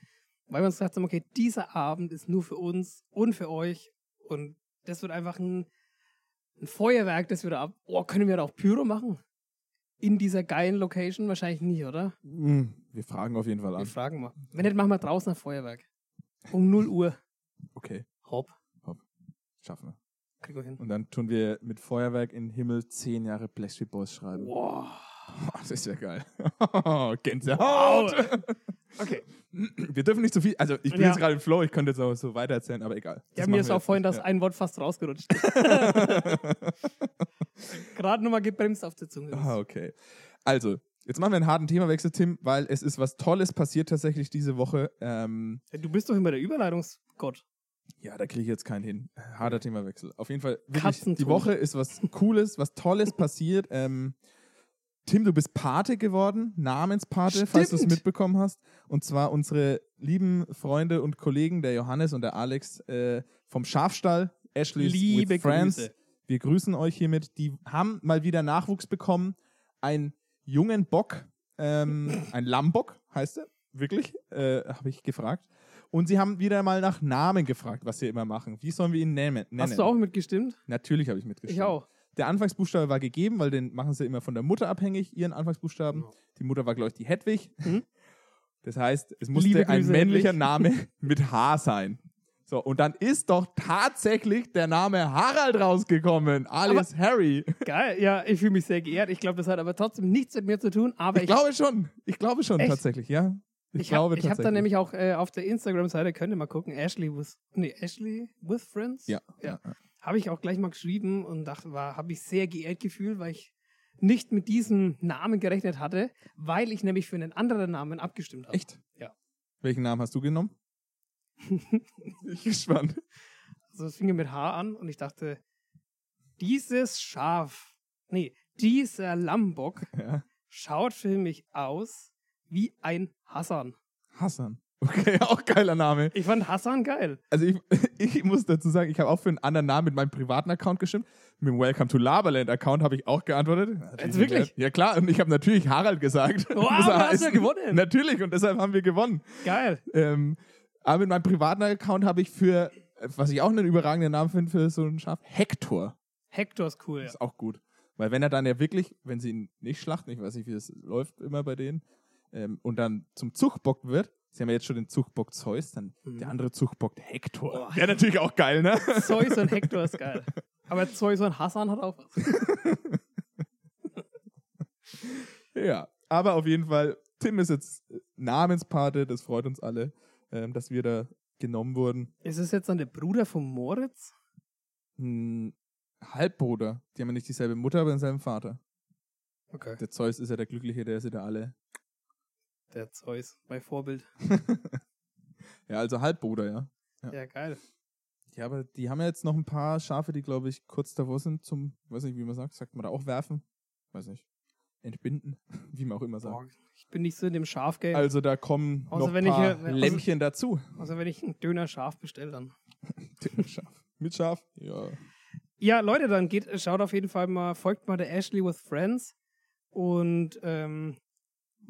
weil wir uns gedacht haben, okay, dieser Abend ist nur für uns und für euch. Und das wird einfach ein, ein Feuerwerk, das wir da ab. Oh, können wir da auch Pyro machen? In dieser geilen Location? Wahrscheinlich nicht, oder?
Mm, Wir fragen auf jeden Fall
Wir
an.
fragen mal. Wenn nicht, machen wir draußen ein Feuerwerk. Um 0 Uhr.
Okay,
Hopp.
schaffen wir.
Kriegen wir hin.
Und dann tun wir mit Feuerwerk in den Himmel zehn Jahre Blackstreet Boys schreiben.
Wow.
Boah, das ist ja geil.
Wow.
Gänsehaut.
Okay.
Wir dürfen nicht zu viel. Also ich bin
Ja.
jetzt gerade im Flow, ich könnte jetzt auch so weiter erzählen, aber egal.
Ja,
Das
mir
machen
ist
wir
auch
jetzt
vorhin
nicht.
das ein Wort fast rausgerutscht. Gerade nochmal gebremst auf der Zunge.
Ah, okay. Also, jetzt machen wir einen harten Themawechsel, Tim, weil es ist was Tolles passiert tatsächlich diese Woche. Ähm,
Du bist doch immer der Überleitungsgott.
ja, da kriege ich jetzt keinen hin. Äh, Harter Themawechsel. Auf jeden Fall, wirklich,
Katzentod.
die Woche ist was Cooles, was Tolles passiert. Ähm, Tim, du bist Pate geworden, Namenspate, falls du es
Stimmt.
mitbekommen hast. Und zwar unsere lieben Freunde und Kollegen, der Johannes und der Alex äh, vom Schafstall, Ashley's
Liebe
with Friends.
Grüße.
Wir grüßen euch hiermit. Die haben mal wieder Nachwuchs bekommen. Einen jungen Bock, ähm, ein Lammbock heißt er, wirklich, äh, habe ich gefragt. Und sie haben wieder mal nach Namen gefragt, was sie immer machen. Wie sollen wir ihn nennen? nennen?
Hast du auch mitgestimmt?
Natürlich habe ich mitgestimmt.
Ich auch.
Der Anfangsbuchstabe war gegeben, weil den machen sie immer von der Mutter abhängig, ihren Anfangsbuchstaben.
Ja.
Die Mutter war, glaube ich, die Hedwig.
Mhm.
Das heißt, es
Liebe
musste ein
Grüße,
männlicher
Hedwig.
Name mit H sein. So, und dann ist doch tatsächlich der Name Harald rausgekommen, alias Harry.
Geil. Ja, ich fühle mich sehr geehrt. Ich glaube, das hat aber trotzdem nichts mit mir zu tun. Aber
Ich,
ich,
glaube schon. Ich glaube schon
Echt?
tatsächlich, ja. Ich,
ich
glaube
habe hab
tatsächlich.
dann nämlich auch äh, auf der Instagram-Seite, könnt ihr mal gucken, Ashley with, nee, Ashley with Friends?
ja,
Ja.
ja.
habe ich auch gleich mal geschrieben und dachte, war, habe ich sehr geehrt gefühlt, weil ich nicht mit diesem Namen gerechnet hatte, weil ich nämlich für einen anderen Namen abgestimmt habe.
Echt?
Ja.
Welchen Namen hast du genommen? ich bin gespannt.
Also es fing mit H an und ich dachte, dieses Schaf, nee, dieser Lammbock
Ja.
schaut für mich aus wie ein Hassan.
Hassan. Okay, auch geiler Name.
Ich fand Hassan geil.
Also ich, ich muss dazu sagen, ich habe auch für einen anderen Namen mit meinem privaten Account gestimmt. Mit dem Welcome to Laberland Account habe ich auch geantwortet. Natürlich
wirklich?
erklärt. Ja klar, und ich habe natürlich Harald gesagt.
Wow,
Muss er
du hast ja
heißen.
gewonnen.
Natürlich, und deshalb haben wir gewonnen.
Geil.
Ähm, Aber mit meinem privaten Account habe ich für, äh, was ich auch einen überragenden Namen finde für so ein Schaf, Hector.
Hector ist cool.
Ist auch gut. Weil wenn er dann ja wirklich, wenn sie ihn nicht schlachten, ich weiß nicht, wie das läuft immer bei denen, ähm, und dann zum Zuchtbock wird, sie haben ja jetzt schon den Zuchtbock Zeus, dann
Mhm.
der andere Zuchtbock Hector.
Boah.
Wäre natürlich auch geil, ne?
Zeus und Hector ist geil. Aber Zeus und Hassan hat auch was.
Ja, aber auf jeden Fall, Tim ist jetzt äh, Namenspate, das freut uns alle, ähm, dass wir da genommen wurden.
Ist es jetzt dann der Bruder von Moritz?
Hm, Halbbruder, die haben ja nicht dieselbe Mutter, aber denselben Vater.
Okay.
Der Zeus ist ja der Glückliche, der ist ja der alle.
Der Zeus, mein Vorbild.
Ja, also Halbbruder, ja. Ja.
Ja, geil.
Ja, aber die haben ja jetzt noch ein paar Schafe, die, glaube ich, kurz davor sind zum, weiß nicht, wie man sagt, sagt man da auch werfen? Weiß nicht. Entbinden, wie man auch immer sagt.
Boah, ich bin nicht so in dem Schafgame.
Also da kommen
Außer
noch
wenn ich
paar
hier- außer-
Lämmchen dazu.
Also wenn ich einen Döner scharf bestelle, dann.
Schaf. Mit Schaf? Ja.
Ja, Leute, dann geht, schaut auf jeden Fall mal, folgt mal der Ashley with Friends und ähm,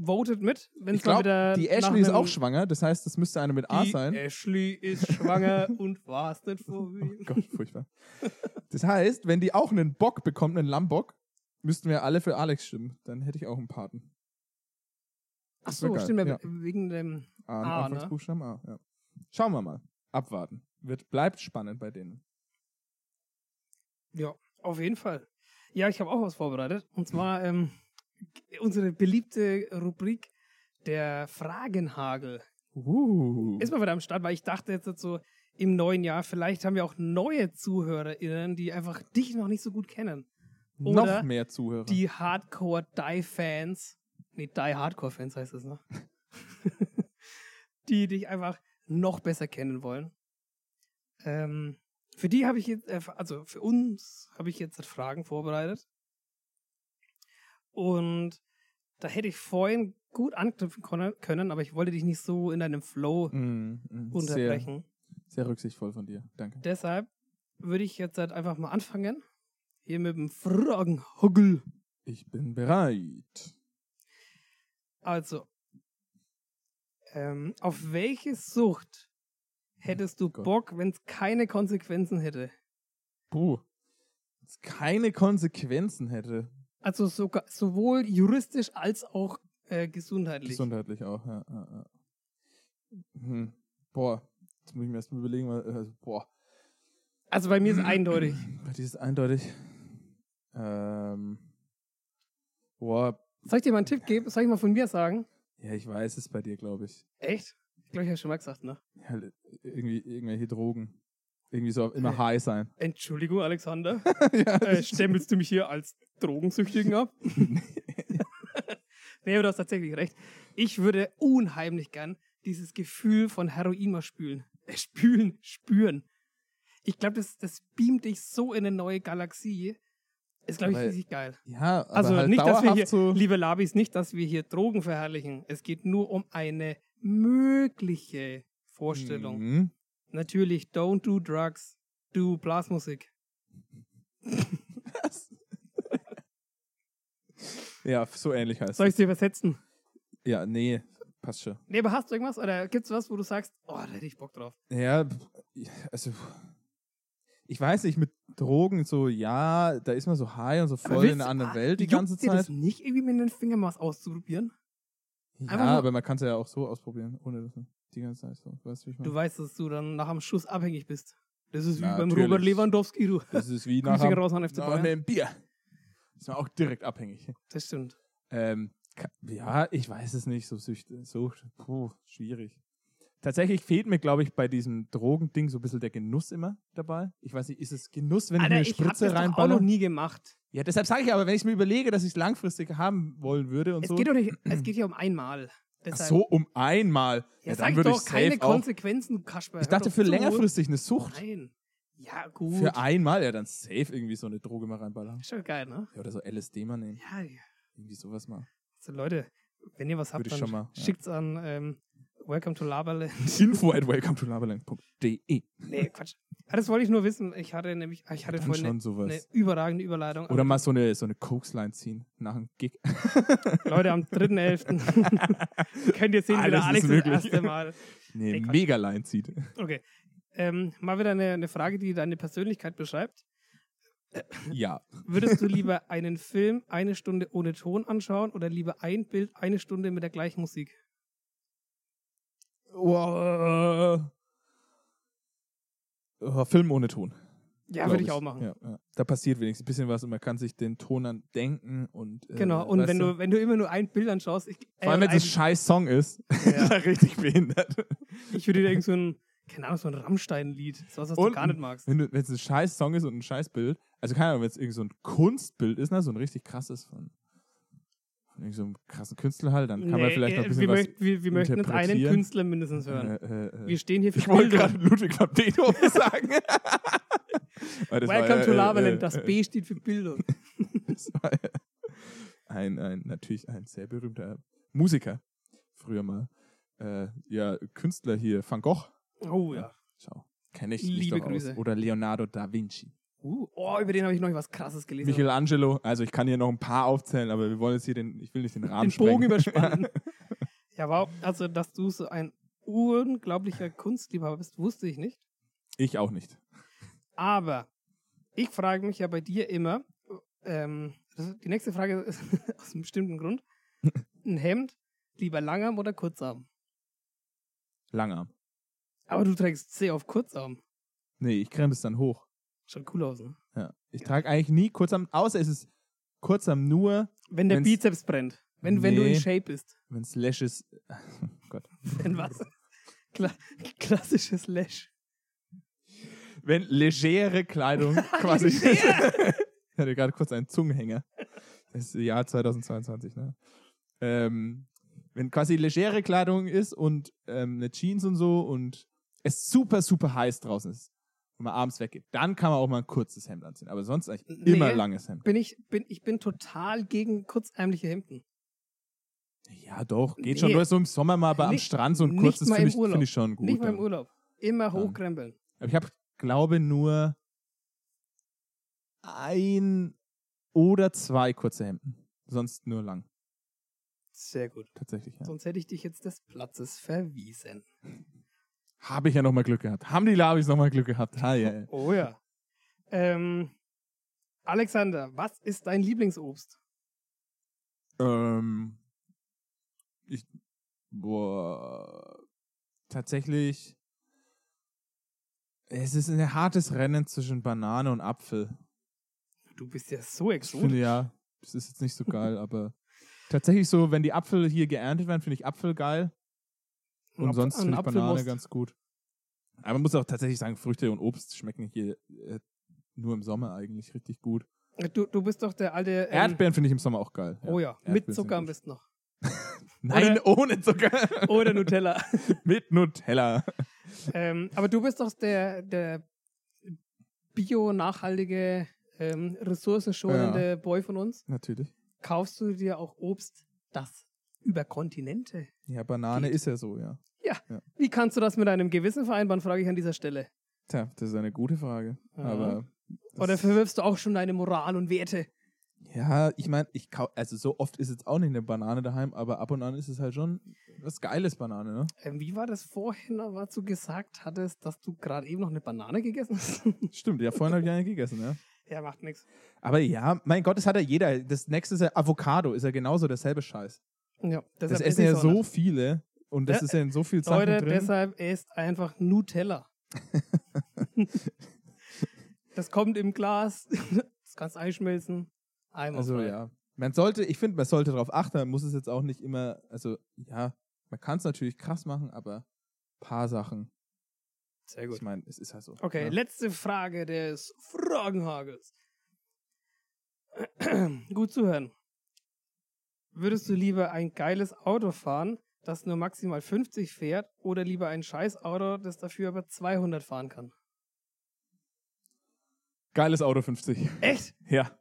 votet mit, wenn
Ich
es mal
glaube,
wieder.
die
nach
Ashley ist
einem-
auch schwanger, das heißt, das müsste eine mit A
Die
sein.
Ashley ist schwanger und war's nicht vorüber.
Oh Gott, furchtbar. Das heißt, wenn die auch einen Bock bekommt, einen Lammbock, müssten wir alle für Alex stimmen. Dann hätte ich auch einen Paten.
Ach
Das wär
so,
geil,
stimmt,
ja.
wegen dem.
A,
Ah, ne?
Anfangsbuchstaben A. Ja. Schauen wir mal. Abwarten. Wird, bleibt spannend bei denen.
Ja, auf jeden Fall. Ja, ich habe auch was vorbereitet. Und zwar ähm, unsere beliebte Rubrik der Fragenhagel.
Uh.
Ist mal wieder am Start, weil ich dachte jetzt so im neuen Jahr, vielleicht haben wir auch neue ZuhörerInnen, die einfach dich noch nicht so gut kennen.
Noch
oder
mehr Zuhörer.
Die Hardcore-Die-Fans. Nee, Die-Hardcore-Fans heißt es, ne? die dich einfach noch besser kennen wollen. Ähm, für die habe ich jetzt, äh, also für uns habe ich jetzt Fragen vorbereitet. Und da hätte ich vorhin gut anknüpfen konne- können, aber ich wollte dich nicht so in deinem Flow
Mm, mm, sehr,
unterbrechen.
sehr rücksichtsvoll von dir. Danke.
Deshalb würde ich jetzt halt einfach mal anfangen. Hier mit dem Fragenhugel.
Ich bin bereit.
Also, ähm, auf welche Sucht hättest du
Gott.
Bock, wenn es keine Konsequenzen hätte?
Puh. Wenn's keine Konsequenzen hätte.
Also sogar, sowohl juristisch als auch äh, gesundheitlich.
Gesundheitlich auch, ja. ja, ja. Hm. Boah, jetzt muss ich mir erst mal überlegen, weil, äh, boah,
Also bei mir ist eindeutig.
bei dir ist eindeutig. Ähm, boah,
Soll ich dir mal einen Tipp geben? Soll ich mal von mir sagen?
ja, ich weiß es bei dir, glaube ich.
Echt? Ich glaube, ich habe schon mal gesagt, ne?
Ja, halt irgendwie irgendwelche Drogen. Irgendwie so immer high sein.
Entschuldigung, Alexander.
ja,
Äh, stempelst du mich hier als Drogensüchtigen ab? nee, aber du hast tatsächlich recht. Ich würde unheimlich gern dieses Gefühl von Heroin mal spülen. Äh, spülen, spüren. Ich glaube, das, das beamt dich so in eine neue Galaxie. Ist, glaube ich,
Aber-
riesig geil.
ja aber
Also
halt
nicht, dass wir
dauerhaft
hier,
so.
liebe Labis, nicht, dass wir hier Drogen verherrlichen. Es geht nur um eine mögliche Vorstellung.
Mhm.
Natürlich, don't do drugs, do Blasmusik.
Ja, so ähnlich heißt
Soll ich
es.
es dir übersetzen?
Ja, nee, passt schon.
Nee, aber hast du irgendwas? Oder gibt's was, wo du sagst, oh, da hätte ich Bock drauf?
Ja, ja, also ich weiß nicht, mit Drogen so, ja, da ist man so high und so
Aber
voll in
willst-
einer anderen
ah,
Welt die
juckt
ganze
dir Das
Zeit.
nicht irgendwie mit den Fingern was auszuprobieren?
Ja,
Einfach nur-
aber man kann es ja auch so ausprobieren, ohne dass man die ganze Zeit so, weißt du, wie ich
Du
meine?
weißt, dass du dann nach dem Schuss abhängig bist. Das ist wie beim
Natürlich.
Robert Lewandowski, du.
Das ist wie nach
Grüße gehen
einem
raus an FC
nach einem
Bayern.
Bier. Ist man auch direkt abhängig.
Das stimmt.
Ähm, ka- ja, ich weiß es nicht, so Sucht, Sucht puh, schwierig. Tatsächlich fehlt mir, glaube ich, bei diesem Drogending so ein bisschen der Genuss immer dabei. Ich weiß nicht, ist es Genuss, wenn
Alter,
ich
ich
mir eine
hab das
Spritze
doch auch noch
reinballer?
nie gemacht.
Ja, deshalb sage ich aber, wenn ich mir überlege, dass ich es langfristig haben wollen würde und
Es
so.
geht doch nicht, es geht hier um einmal.
Ach
Deshalb,
so, um einmal.
ja,
Ja,
sag
dann würde
doch,
ich
keine
safe auch.
Konsequenzen, Kasper.
Ich
hör
dachte
doch
für
zu.
längerfristig eine Sucht.
Nein. Ja, gut.
Für einmal, ja, dann safe irgendwie so eine Droge mal reinballern.
Schon geil, ne?
Ja, oder so LSD mal nehmen.
Ja, ja.
Irgendwie sowas mal.
Also Leute, wenn ihr was habt,
Würde ich
dann
schon mal, ja.
schickt's an ähm, Welcome to Laberle.
Info at welcome to laberland.de.
Nee, Quatsch. Ah, das wollte ich nur wissen. Ich hatte nämlich, ah, ich hatte
Dann
vorhin
schon
eine,
sowas.
eine überragende Überleitung.
Oder mal so eine, so eine Coax-Line ziehen nach einem Gig.
Also, Leute, am 3.11. könnt ihr sehen, wie
Alles
der
ist
Alex das
möglich.
erste Mal
Nee,
Ey, Quatsch.
mega Line zieht.
Okay. Ähm, mal wieder eine, eine Frage, die deine Persönlichkeit beschreibt.
ja.
Würdest du lieber einen Film eine Stunde ohne Ton anschauen oder lieber ein Bild eine Stunde mit der gleichen Musik?
Wow. Oh, Film ohne Ton.
Ja,
glaub
würde ich auch machen.
Ja, ja. Da passiert wenigstens ein bisschen was und man kann sich den Ton an denken und. äh,
Genau, und
weißt
wenn du, äh, wenn du immer nur ein Bild anschaust, ich,
Vor allem, wenn es ein scheiß Song ist, ist er richtig behindert.
ich würde dir irgend so ein, keine Ahnung, so ein Rammstein-Lied, sowas, was
Und-
du gar nicht magst.
Wenn du- wenn es ein scheiß Song ist und ein scheiß Bild, also keine Ahnung, wenn es irgend so ein Kunstbild ist, ne, so ein richtig krasses von, von irgend so einem krassen Künstler halt, dann kann man
Nee,
vielleicht noch
äh,
ein bisschen
wir,
was.
möchten- wir, wir möchten jetzt einen
interpretieren.
Künstler mindestens hören.
Äh, äh, äh.
Wir stehen hier für
Ich wollte
Bildung.
gerade Ludwig van Beethoven sagen. Weil das war
Welcome
ja,
to
äh,
Lavaland,
äh,
das
äh,
B steht für Bildung.
das war ja ein, ein, natürlich ein sehr berühmter Musiker. Früher mal. Äh, ja, Künstler hier, Van Gogh.
Oh ja.
Schau. Kenne ich nicht
Liebe
doch aus.
Grüße.
Oder Leonardo da Vinci.
Uh, oh, über den habe ich noch was krasses gelesen.
Michelangelo, also ich kann hier noch ein paar aufzählen, aber wir wollen jetzt hier den, ich will nicht den Rahmen
den Bogen
sprengen.
überspannen. ja, wow. Also, dass du so ein unglaublicher Kunstliebhaber bist, wusste ich nicht.
Ich auch nicht.
Aber ich frage mich ja bei dir immer, ähm, das ist, die nächste Frage ist aus einem bestimmten Grund: Ein Hemd, lieber Langarm oder Kurzarm?
Langarm.
Aber du trägst sehr auf Kurzarm.
Nee, ich krempe es dann hoch.
Schon cool aus, ne?
Ja. Ich trage eigentlich nie kurzarm, außer es ist kurzarm nur,
Wenn der
Wenn's-
Bizeps brennt. Wenn, wenn du
Nee.
in Shape bist.
wenn es Lash ist. Gott.
Wenn was? Kla klassisches Lash.
Wenn legere Kleidung quasi. ich hatte gerade kurz einen Zungenhänger. Das ist Jahr 2022, ne? Ähm, wenn quasi legere Kleidung ist und ähm, eine Jeans und so und es super, super heiß draußen ist und man abends weggeht, dann kann man auch mal ein kurzes Hemd anziehen. Aber sonst eigentlich
Nee.
immer langes Hemd.
Bin ich, bin, ich bin total gegen kurzärmliche Hemden.
Ja, doch, geht schon.
Nee.
Du hast so im Sommer mal bei, am
Nicht-
Strand so ein
nicht
kurzes,
mal
finde
im
ich,
Urlaub.
find ich schon gut.
Nicht mal im
dann.
Urlaub. Immer
Dann.
hochkrempeln.
Aber ich habe, glaube nur ein oder zwei kurze Hemden. Sonst nur lang,
Sehr gut.
tatsächlich. Ja.
Sonst hätte ich dich jetzt des Platzes verwiesen.
Habe ich ja nochmal Glück gehabt. Haben die Labis nochmal Glück gehabt. Ha, ja, ja.
Oh ja. Ähm, Alexander, was ist dein Lieblingsobst?
ähm, ich, boah, tatsächlich, es ist ein hartes Rennen zwischen Banane und Apfel.
Du bist ja so
Ich finde
exotisch.
ja, das ist jetzt nicht so geil, aber tatsächlich so, wenn die Apfel hier geerntet werden, finde ich Apfel geil. Und
Apf-
sonst
ein
finde ich Banane
Apfelmost.
ganz gut. Aber man muss auch tatsächlich sagen, Früchte und Obst schmecken hier äh, nur im Sommer eigentlich richtig gut.
Du, du bist doch der alte. Ähm,
Erdbeeren finde ich im Sommer auch geil.
Oh ja,
Erdbeeren
mit
sind
Zucker am
gut.
besten noch.
Nein, ohne Zucker.
Oder Nutella.
Mit Nutella.
ähm, aber du bist doch der, der bio-nachhaltige, ähm, ressourcenschonende Boy von uns.
Natürlich.
Kaufst du dir auch Obst, das über Kontinente?
Ja, Banane
Geht.
ist ja so, ja.
Wie kannst du das mit deinem Gewissen vereinbaren, frage ich an dieser Stelle.
Tja, das ist eine gute Frage.
Ja.
Aber. das-
Oder verwirfst du auch schon deine Moral und Werte?
Ja, ich meine, ich kau also so oft ist jetzt auch nicht eine Banane daheim, aber ab und an ist es halt schon was Geiles Banane, ne?
Ähm, wie war das vorhin, was du gesagt hattest, dass du gerade eben noch eine Banane gegessen hast?
Stimmt, ja, vorhin habe ich eine gegessen, ja.
ja, macht nichts.
Aber ja, mein Gott, das hat ja jeder. Das nächste ist ja Avocado, ist ja genauso derselbe Scheiß.
Ja,
Das
deshalb
essen
ich
ja
auch
so
nicht.
viele und das
Ja,
ist ja in so viel Sachen
Leute,
drin.
deshalb esst einfach Nutella. das kommt im Glas, das kannst einschmelzen. Einmal
also
frei.
ja, man sollte, ich finde, man sollte darauf achten. Man muss es jetzt auch nicht immer, also ja, man kann es natürlich krass machen, aber paar Sachen.
Sehr
Ich
gut.
meine, es ist halt so.
Okay,
ja.
letzte Frage des Fragenhagels. Gut zuhören. Würdest du lieber ein geiles Auto fahren, das nur maximal 50 fährt, oder lieber ein scheiß Auto, das dafür aber 200 fahren kann?
Geiles Auto 50.
Echt?
ja,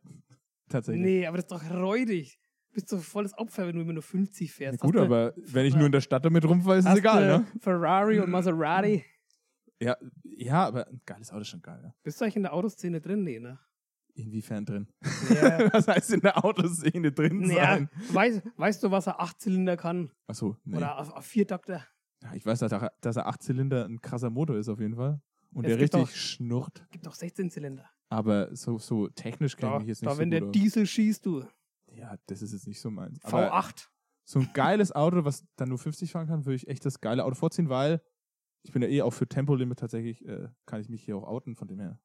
tatsächlich.
Nee, aber das ist doch räudig. Du bist doch volles Opfer, wenn du immer nur 50
Ja,
fährst.
gut,
Hast du-
aber wenn ich nur in der Stadt damit rumfahre, ist es
hast
egal,
du
ne?
Ferrari und Maserati.
Ja, ja, aber ein geiles Auto ist schon geil, ne?
Bist du eigentlich in der Autoszene drin? Nee, ne?
Inwiefern drin?
Ja.
Was heißt in der Autoszene drin
naja,
sein?
weißt, weißt du, was er Achtzylinder kann?
Achso, nee.
Oder auf, auf Viertakter?
Ja, ich weiß, dass er, dass er Achtzylinder ein krasser Motor ist auf jeden Fall. Und
Es
der
gibt
richtig
auch-
schnurrt.
Gibt auch 16 Zylinder.
Aber so, so technisch kenne ich
Da,
mich jetzt nicht
da
so
wenn
gut
der
aus.
Diesel schießt, du.
Ja, das ist jetzt nicht so meins. Aber
V8.
so ein geiles Auto, was dann nur 50 fahren kann, würde ich echt das geile Auto vorziehen, weil ich bin ja eh auch für Tempolimit tatsächlich, äh, kann ich mich hier auch outen von dem her.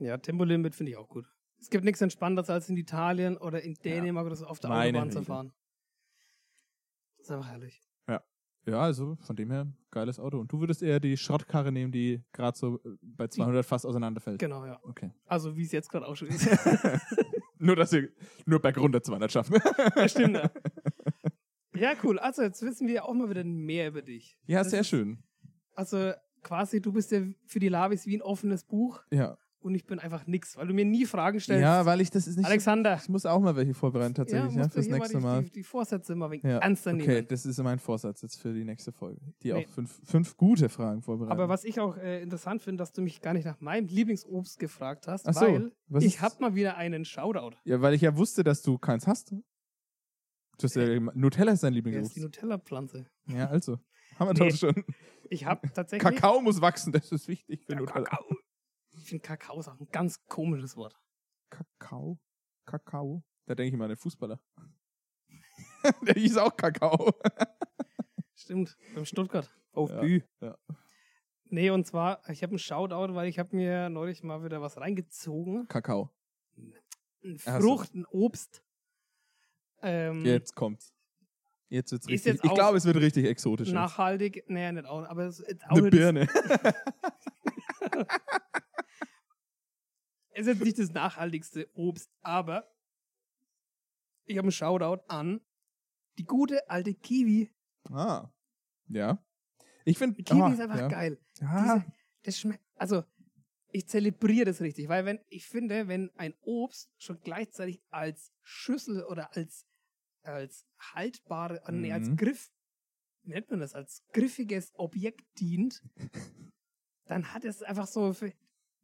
Ja, Tempolimit finde ich auch gut. Es gibt nichts Entspannteres als in Italien oder in Dänemark oder so auf der
Meine
Autobahn zu
Güte.
fahren. Das ist einfach herrlich.
Ja, also von dem her, geiles Auto. Und du würdest eher die Schrottkarre nehmen, die gerade so äh, bei 200 fast auseinanderfällt.
Genau, ja.
Okay.
Also wie es jetzt gerade auch schon ist.
Nur, dass wir nur bei runter 200 schaffen.
ja, stimmt. Ja. ja, cool. Also jetzt wissen wir auch mal wieder mehr über dich.
ja,
Das
sehr
ist-
schön.
Also quasi, du bist ja für die Lavis wie ein offenes Buch
Ja.
und ich bin einfach nix, weil du mir nie Fragen stellst.
Ja, weil ich das ist nicht.
Alexander,
so, ich muss auch mal welche vorbereiten, tatsächlich, ja,
musst du
fürs
hier
nächste
mal
Mal.
die, Die, die Vorsätze mal wegen
Ja,
ernster nehmen.
Okay, das ist mein Vorsatz jetzt für die nächste Folge. Die
Nee.
auch fünf, fünf gute Fragen vorbereiten.
Aber was ich auch äh, interessant finde, dass du mich gar nicht nach meinem Lieblingsobst gefragt hast,
Ach so,
weil
was
ich
ist-
habe mal wieder einen Shoutout.
Ja, weil ich ja wusste, dass du keins hast. Du hast ja, gem- Nutella ist dein
Der Äh,
Lieblingsobst.
ist die Nutella-Pflanze.
ja, also. Haben wir
Nee.
doch schon.
Ich habe tatsächlich
Kakao muss wachsen, das ist wichtig für
Ja,
Nutella.
Kakao. Ich finde Kakao ist auch ein ganz komisches Wort.
Kakao? Kakao? Da denke ich immer an den Fußballer. Der hieß auch Kakao.
Stimmt, beim Stuttgart. Auf
Ja,
Bü.
ja.
Nee, und zwar, ich habe einen Shoutout, weil ich habe mir neulich mal wieder was reingezogen.
Kakao.
Ein
Ach so.
Frucht, ein Obst. Ähm,
Jetzt kommt's. Jetzt wird's
Ist
richtig.
jetzt
ich
auch-
glaube, es wird richtig exotisch. jetzt.
nachhaltig. Naja, nicht auch. Aber es ist, auch
Eine
nicht,
Birne.
es ist jetzt nicht das nachhaltigste Obst, aber ich habe einen Shoutout an die gute alte Kiwi.
Ah. Ja. Ich finde.
Die Kiwi
ah,
ist einfach
ja.
geil.
Ja.
Diese- Das schmeckt. Also, ich zelebriere das richtig, weil wenn ich finde, wenn ein Obst schon gleichzeitig als Schüssel oder als, als haltbare, äh, nee, als
Mhm.
Griff, wie nennt man das, als griffiges Objekt dient, dann hat es einfach so. Für,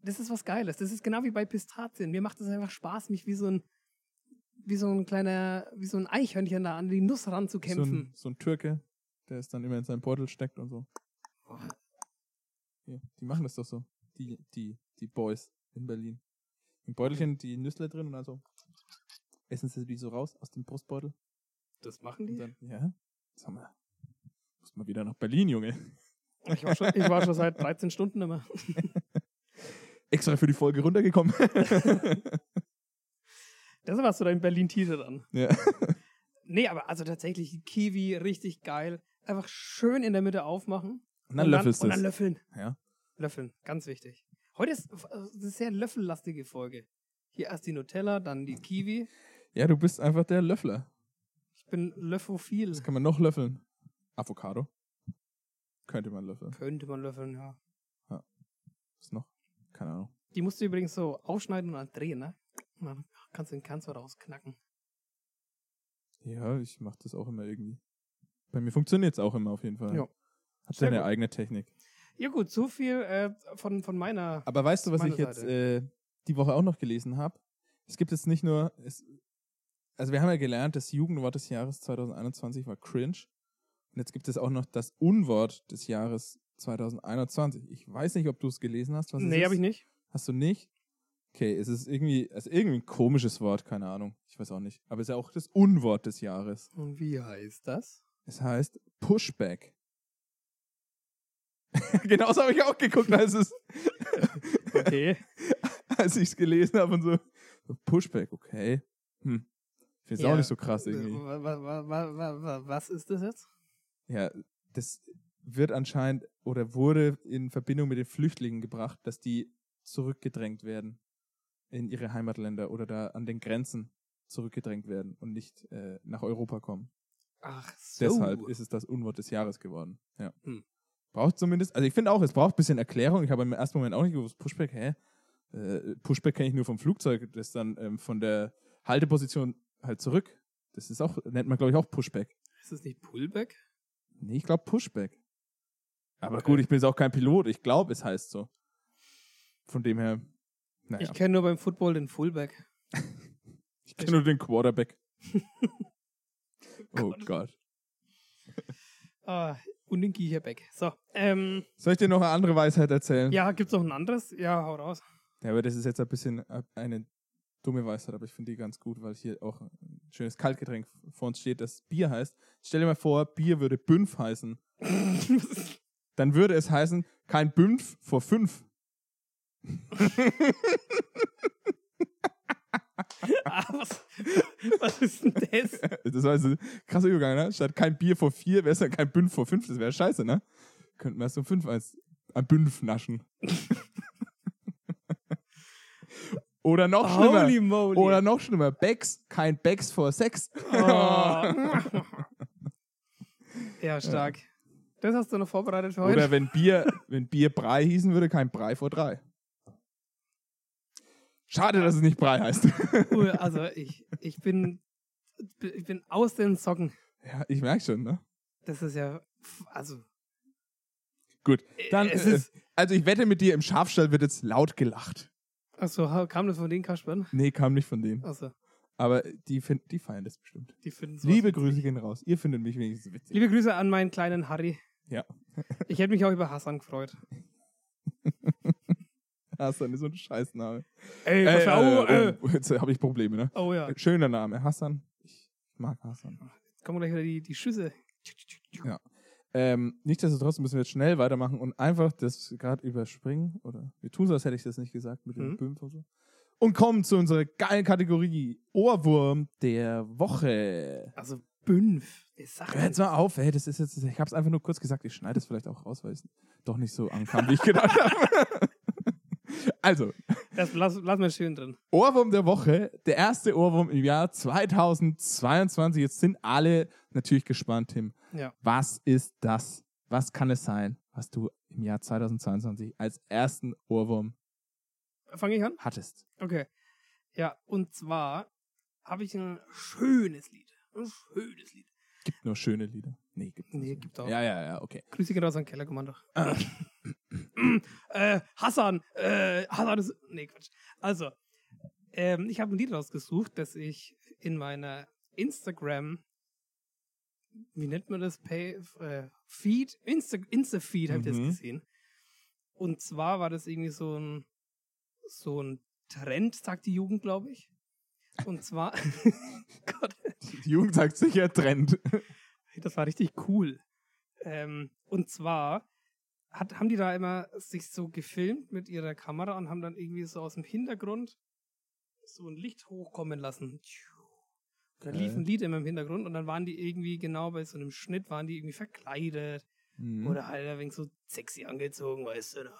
das ist was Geiles. Das ist genau wie bei Pistazien. Mir macht es einfach Spaß, mich wie so ein wie so ein kleiner, wie so ein Eichhörnchen da an die Nuss
So ein,
ranzukämpfen.
so ein Türke, der es dann immer in seinen Beutel steckt und so. Hier, die machen das doch so. Die, die, die Boys in Berlin. Im Beutelchen die Nüssle drin und dann so. Essen sie die so raus aus dem Brustbeutel.
das machen
Und dann, ja, sag mal, muss mal wieder nach Berlin, Junge.
Ich war schon, ich war schon seit 13 Stunden immer.
Extra für die Folge runtergekommen.
Das warst du da in Berlin T-Shirt an.
ja.
Nee, aber also tatsächlich, die Kiwi, richtig geil. Einfach schön in der Mitte aufmachen.
Und dann löffelst du
Und dann
es.
löffeln.
Ja.
Löffeln, ganz wichtig. Heute ist äh, eine sehr löffellastige Folge. Hier erst die Nutella, dann die Kiwi.
Ja, du bist einfach der Löffler.
Ich bin löffophil.
Das kann man noch löffeln. Avocado. Könnte man löffeln.
Könnte man löffeln, ja.
Was noch? Keine Ahnung.
Die musst du übrigens so aufschneiden und dann drehen, ne? Und dann kannst du den Kern so rausknacken.
Ja, ich mach das auch immer irgendwie. Bei mir funktioniert's auch immer auf jeden Fall.
Ja.
Hab
Sehr
deine
gut.
eigene Technik.
Ja gut, so viel äh, von, von meiner...
Aber weißt du, was
Meine
ich jetzt äh,
Seite.
die Woche auch noch gelesen habe? Es gibt jetzt nicht nur, es, also wir haben ja gelernt, das Jugendwort des Jahres 2021 war cringe. Und jetzt gibt es auch noch das Unwort des Jahres 2021. Ich weiß nicht, ob du es gelesen hast. Was es
nee,
ist.
habe ich nicht.
Hast du nicht? Okay, es ist irgendwie, also irgendwie ein komisches Wort, keine Ahnung. Ich weiß auch nicht. Aber es ist ja auch das Unwort des Jahres.
Und wie heißt das?
Es heißt Pushback. genau so habe ich auch geguckt, als, es,
Okay.
als ich es gelesen habe und so. so, Pushback, okay. Hm. Ich finde es auch
Ja,
nicht so krass irgendwie.
Äh, Wa- wa- wa- wa- wa- wa- Was ist das jetzt?
Ja, das wird anscheinend oder wurde in Verbindung mit den Flüchtlingen gebracht, dass die zurückgedrängt werden in ihre Heimatländer oder da an den Grenzen zurückgedrängt werden und nicht äh, nach Europa kommen.
Ach so.
Deshalb ist es das Unwort des Jahres geworden. Ja.
Hm.
Braucht zumindest, also ich finde auch, es braucht ein bisschen Erklärung. Ich habe im ersten Moment auch nicht gewusst, Pushback, hä? Äh, Pushback kenne ich nur vom Flugzeug, das dann ähm, von der Halteposition halt zurück. Das ist auch, nennt man glaube ich auch Pushback.
ist es nicht Pullback?
Nee, ich glaube Pushback. Aber
Okay.
gut, ich bin jetzt auch kein Pilot. Ich glaube, es heißt so. Von dem her, naja,
Ich kenne nur beim Football den Fullback.
ich kenne nur den Quarterback. oh
Gott.
Gott.
Ah, und den Giecherbeck. So, ähm,
Soll ich dir noch eine andere Weisheit erzählen?
ja, gibt's noch ein anderes? Ja, hau raus.
Ja, aber das ist jetzt ein bisschen äh, eine dumme Weisheit, aber ich finde die ganz gut, weil hier auch ein schönes Kaltgetränk vor uns steht, das Bier heißt. Stell dir mal vor, Bier würde Bünf heißen. Dann würde es heißen, kein Bünf vor fünf.
ah, was, was ist denn das?
Das war also ein krasser Übergang, ne? Statt kein Bier vor vier wäre es dann kein Bünf vor fünf, das wäre scheiße, ne? Könnten wir es um fünf als ein Bünf naschen. Oder noch schlimmer. Oh,
Holy moly.
Oder noch schlimmer, Becks, kein Becks vor Sex.
Oh. ja, stark. Das hast du noch vorbereitet für heute.
Oder wenn Bier, wenn Bier Brei hießen würde, kein Brei vor drei. Schade, dass es nicht Brei heißt.
Cool, also ich, ich bin ich bin aus den Socken.
ja, ich merke schon, ne?
Das ist ja also
Gut. Dann,
es
äh,
ist
also ich wette mit dir, im Schafstall wird jetzt laut gelacht.
also kam das von den Kaspern?
Nee, kam nicht von denen.
Also
Aber die, find, die feiern das bestimmt.
die finden sowas.
Liebe Grüße gehen raus. Ihr findet mich wenigstens witzig.
Liebe Grüße an meinen kleinen Harry.
Ja.
Ich hätte mich auch über Hassan gefreut.
Hassan ist so ein Scheißname.
Ey,
Äh,
pass auf,
äh,
äh.
oh, jetzt habe ich Probleme, ne?
Oh ja,
Schöner Name, Hassan. Ich mag Hassan.
jetzt kommen gleich wieder die, die Schüsse.
Ähm, nichtsdestotrotz müssen wir jetzt schnell weitermachen und einfach das gerade überspringen. Oder wir tun so, als hätte ich das nicht gesagt mit dem
Mhm.
Böhm und so. Und kommen zu unserer geilen Kategorie Ohrwurm der Woche.
Also fünf. Das sagt
Hör jetzt mal auf, ey, das ist jetzt, ich habe es einfach nur kurz gesagt, ich schneide es vielleicht auch raus, weil es doch nicht so ankam, wie ich gedacht habe. also,
das lass, lass mal schön drin.
Ohrwurm der Woche, der erste Ohrwurm im Jahr 2022. Jetzt sind alle natürlich gespannt, Tim.
Ja.
Was ist das? Was kann es sein, was du im Jahr 2022 als ersten Ohrwurm
Fange ich an?
hattest?
Okay. Ja, und zwar habe ich ein schönes Lied. Ein schönes Lied.
Gibt nur schöne Lieder. Nee, gibt nur
Nee,
schöne
gibt
Lieder.
auch.
Ja, ja, ja, okay.
Grüße gehen raus an den Kellerkommando. äh, Hassan, äh, Hassan ist. Nee, Quatsch. Also, ähm, ich habe ein Lied rausgesucht, das ich in meiner Instagram, wie nennt man das? Pay, äh, Feed? Insta, Insta-Feed habe ich das
Mhm.
gesehen. Und zwar war das irgendwie so ein, so ein Trend, sagt die Jugend, glaube ich. Und zwar, Gott,
Die Jugend sagt sicher Trend.
das war richtig cool. Ähm, und zwar hat, haben die da immer sich so gefilmt mit ihrer Kamera und haben dann irgendwie so aus dem Hintergrund so ein Licht hochkommen lassen. Und dann
Geil.
lief ein Lied immer im Hintergrund und dann waren die irgendwie genau bei so einem Schnitt, waren die irgendwie verkleidet
Mhm.
oder halt ein wenig so sexy angezogen, weißt du. Ne?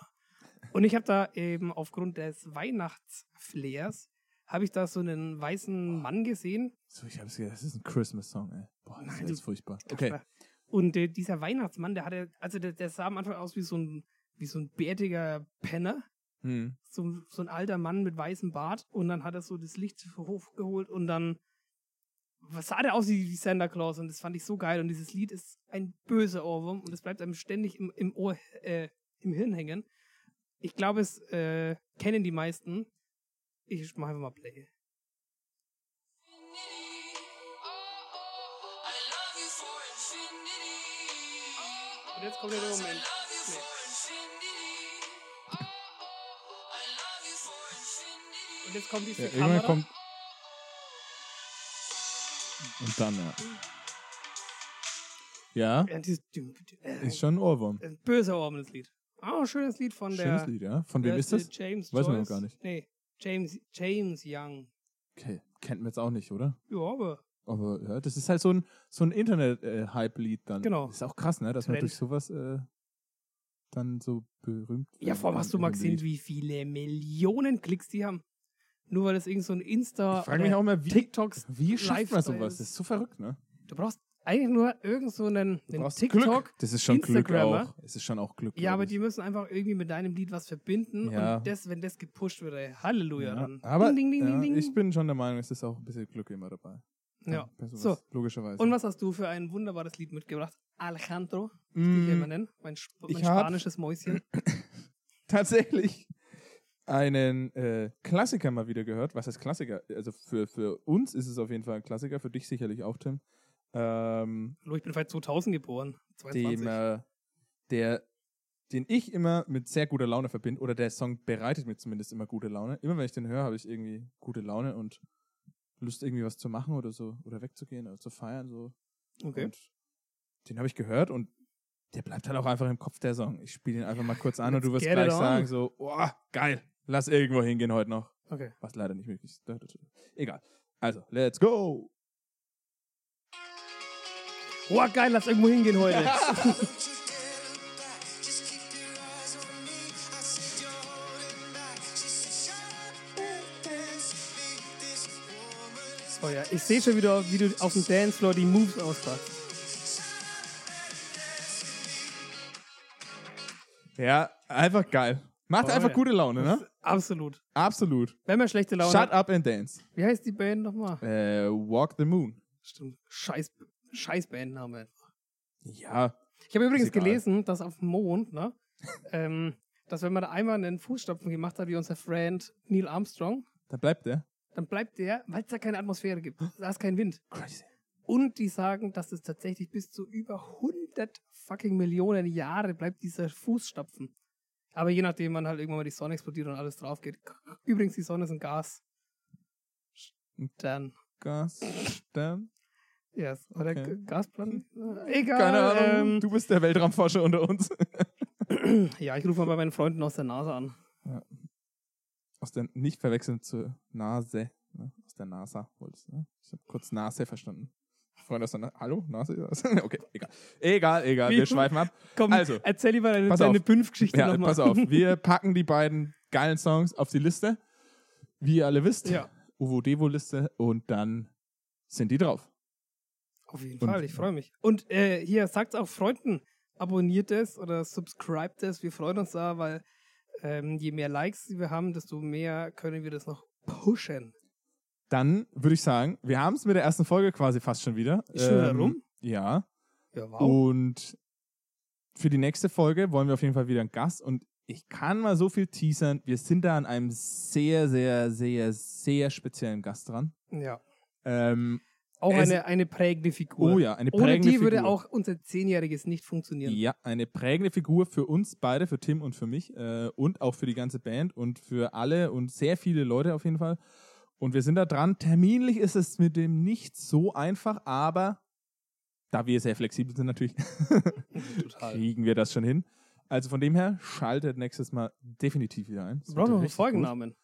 Und ich habe da eben aufgrund des Weihnachtsflairs, habe ich da so einen weißen Mann gesehen,
So, ich hab's gedacht, das ist ein Christmas-Song, ey. Boah, das
Nein,
ist
du-
jetzt furchtbar. Okay.
Kasper. Und äh, dieser Weihnachtsmann, der hatte, also der, der sah am Anfang aus wie so ein, wie so ein bärtiger Penner,
Mhm.
so, so ein alter Mann mit weißem Bart. Und dann hat er so das Licht hochgeholt und dann was sah der aus wie wie Santa Claus und das fand ich so geil. Und dieses Lied ist ein böser Ohrwurm und es bleibt einem ständig im, im Ohr, äh, im Hirn hängen. Ich glaube, es äh, kennen die meisten. Ich mache einfach mal Play. Und jetzt kommt der Moment. Nee. Und jetzt kommt diese
Ja,
Kamera.
irgendwann kommt. Und dann, ja. Ja,
Ja, dieses düm, düm, äh,
ist schon ein Ohrwurm.
ein böser Ohrwurm, das Lied. Ah, schönes Lied von der.
Schönes Lied, ja. Von wem
der-
ist
der
das?
James
Weiß man
Joyce.
noch gar nicht.
Nee, James, James Young.
Okay, kennt man jetzt auch nicht, oder?
Ja, aber
Aber ja, das ist halt so ein, so ein Internet-Hype-Lied dann.
Genau.
Ist auch krass, ne? Dass man
Trend.
durch sowas äh, dann so berühmt
Ja, vor allem hast du mal gesehen, wie viele Millionen Klicks die haben. Nur weil das irgend so ein Insta
Ich frage mich auch mal, wie,
TikToks.
wie schafft man
Lifestyle
sowas? Das ist so verrückt, ne?
Du brauchst eigentlich nur irgend so einen,
Du
einen
brauchst
TikTok.
Glück. Das ist schon Glück
Instagrammer.
auch. Es ist schon auch Glück.
Ja,
glaub
aber
ich.
die müssen einfach irgendwie mit deinem Lied was verbinden.
Ja.
Und das, wenn das gepusht wird, ey, Halleluja.
Ja,
Dann
aber
ding, ding, ding,
ja,
ding, ding.
ich bin schon der Meinung, es ist auch ein bisschen Glück immer dabei.
ja.
bei sowas,
So.
Logischerweise.
Und was hast du für ein wunderbares Lied mitgebracht? Alejandro, wie ich immer
Mm,
nenne. Mein, Sp
ich
mein
hab-
spanisches Mäuschen.
tatsächlich einen äh, Klassiker mal wieder gehört. Was heißt Klassiker? Also für, für uns ist es auf jeden Fall ein Klassiker, für dich sicherlich auch, Tim. ähm,
Hallo, ich bin vielleicht 2000 geboren. 22.
dem, äh, der, den ich immer mit sehr guter Laune verbinde, oder der Song bereitet mir zumindest immer gute Laune. Immer wenn ich den höre, habe ich irgendwie gute Laune und Lust, irgendwie was zu machen oder so, oder wegzugehen oder zu feiern, so.
okay.
Und den habe ich gehört und der bleibt halt auch einfach im Kopf, der Song. Ich spiele den einfach mal kurz an und du wirst
get
gleich
it on.
sagen, so, oh, geil, lass irgendwo hingehen heute noch.
okay.
Was leider nicht möglich ist. Egal. Also, let's go!
Boah, geil, lass irgendwo hingehen heute. Oh ja, ich sehe schon wieder, wie du auf dem Dancefloor die Moves auspackst.
Ja, einfach geil. Macht
Oh,
einfach
ja.
gute Laune, ne?
Absolut.
Absolut.
Wenn man schlechte Laune
Shut
hat.
up and dance.
Wie heißt die Band nochmal?
Äh, Walk the Moon.
Stimmt. Scheiß, Scheiß Bandname.
Ja.
Ich habe übrigens
egal.
gelesen, dass auf dem Mond, ne, ähm, dass wenn man da einmal einen Fußstapfen gemacht hat, wie unser Friend Neil Armstrong,
Da bleibt der.
dann bleibt der, weil es da keine Atmosphäre gibt. Da ist kein Wind.
Crazy.
Und die sagen, dass es tatsächlich bis zu über 100 fucking Millionen Jahre bleibt dieser Fußstapfen. Aber je nachdem, wann halt irgendwann mal die Sonne explodiert und alles drauf geht. Übrigens, die Sonne ist ein Gas. Dann.
Gas. Dann.
Yes. Oder
Okay.
G- Gasplan? äh, Egal.
Keine Ahnung.
ähm,
du bist der Weltraumforscher unter uns.
ja, ich rufe mal bei meinen Freunden aus der NASA an.
Aus der, nicht verwechseln zur Nase. Ne? Aus der NASA wolltest du, ne? Ich habe kurz Nase verstanden. Freund aus der Na Hallo? Nase? okay, egal. Egal, egal.
Wie-
Wir schweifen ab.
Komm,
Also.
erzähl lieber deine,
Pass
deine
auf.
Pünf-Geschichte
Ja,
nochmal.
pass auf. Wir packen die beiden geilen Songs auf die Liste. Wie ihr alle wisst.
Ja,
Uvo Devo Liste und dann sind die drauf.
auf jeden
Und-
Fall. Ich freue mich. Und äh, hier, sagt's auch Freunden. Abonniert es oder subscribt es. Wir freuen uns da, weil ähm, je mehr Likes wir haben, desto mehr können wir das noch pushen.
Dann würde ich sagen, wir haben es mit der ersten Folge quasi fast schon wieder. Ähm,
Ist schon wieder rum?
Ja.
Ja,
Und für die nächste Folge wollen wir auf jeden Fall wieder einen Gast und ich kann mal so viel teasern. Wir sind da an einem sehr, sehr, sehr, sehr speziellen Gast dran.
Ja.
Ähm,
Auch
Es-
eine, eine prägende Figur.
oh ja, eine
Ohne
prägende
die würde
Figur.
auch unser Zehnjähriges nicht funktionieren.
Ja, eine prägende Figur für uns beide, für Tim und für mich äh, und auch für die ganze Band und für alle und sehr viele Leute auf jeden Fall. Und wir sind da dran. Terminlich ist es mit dem nicht so einfach, aber da wir sehr flexibel sind natürlich,
Total.
kriegen wir das schon hin. Also von dem her, schaltet nächstes Mal definitiv wieder ein. Das wird
Brauchen wir einen
richtig gut.
Folgennamen.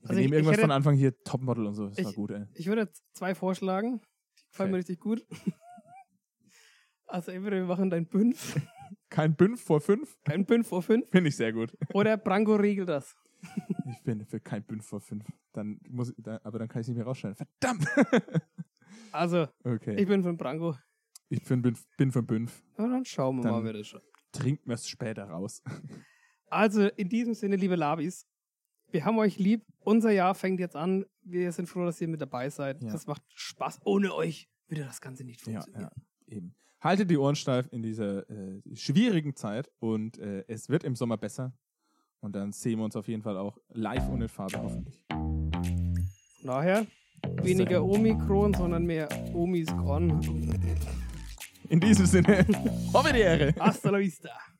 Wir
Also ich-
nehmen
ich
irgendwas
hätte-
von Anfang hier, Topmodel und so. Das war
Ich-
gut, ey.
Ich würde jetzt zwei vorschlagen. Die gefallen
Okay.
mir richtig gut. Also entweder wir machen dein Bünf,
Kein Bünf vor fünf?
dein Bünf vor fünf,
Finde ich sehr gut.
oder Branko regelt das.
Ich bin für kein Bünf vor fünf. Dann muss ich, da, aber dann kann ich es nicht mehr rausschneiden. Verdammt!
Also,
Okay.
ich bin von Branko.
Ich bin, bin, bin von Bünf.
Na, dann schauen wir
Dann-
mal, wer das schon.
Trinkt mir es später raus.
Also, in diesem Sinne, liebe Labis, wir haben euch lieb. Unser Jahr fängt jetzt an. Wir sind froh, dass ihr mit dabei seid.
Ja.
Das macht Spaß. Ohne euch würde das Ganze nicht
ja,
funktionieren.
ja, eben. Haltet die Ohren steif in dieser äh, schwierigen Zeit und äh, es wird im Sommer besser. Und dann sehen wir uns auf jeden Fall auch live und in Farbe hoffentlich.
Von daher, weniger Omikron, sondern mehr Omis Con.
In diesem Sinne, auf die Ehre!
Hasta la vista.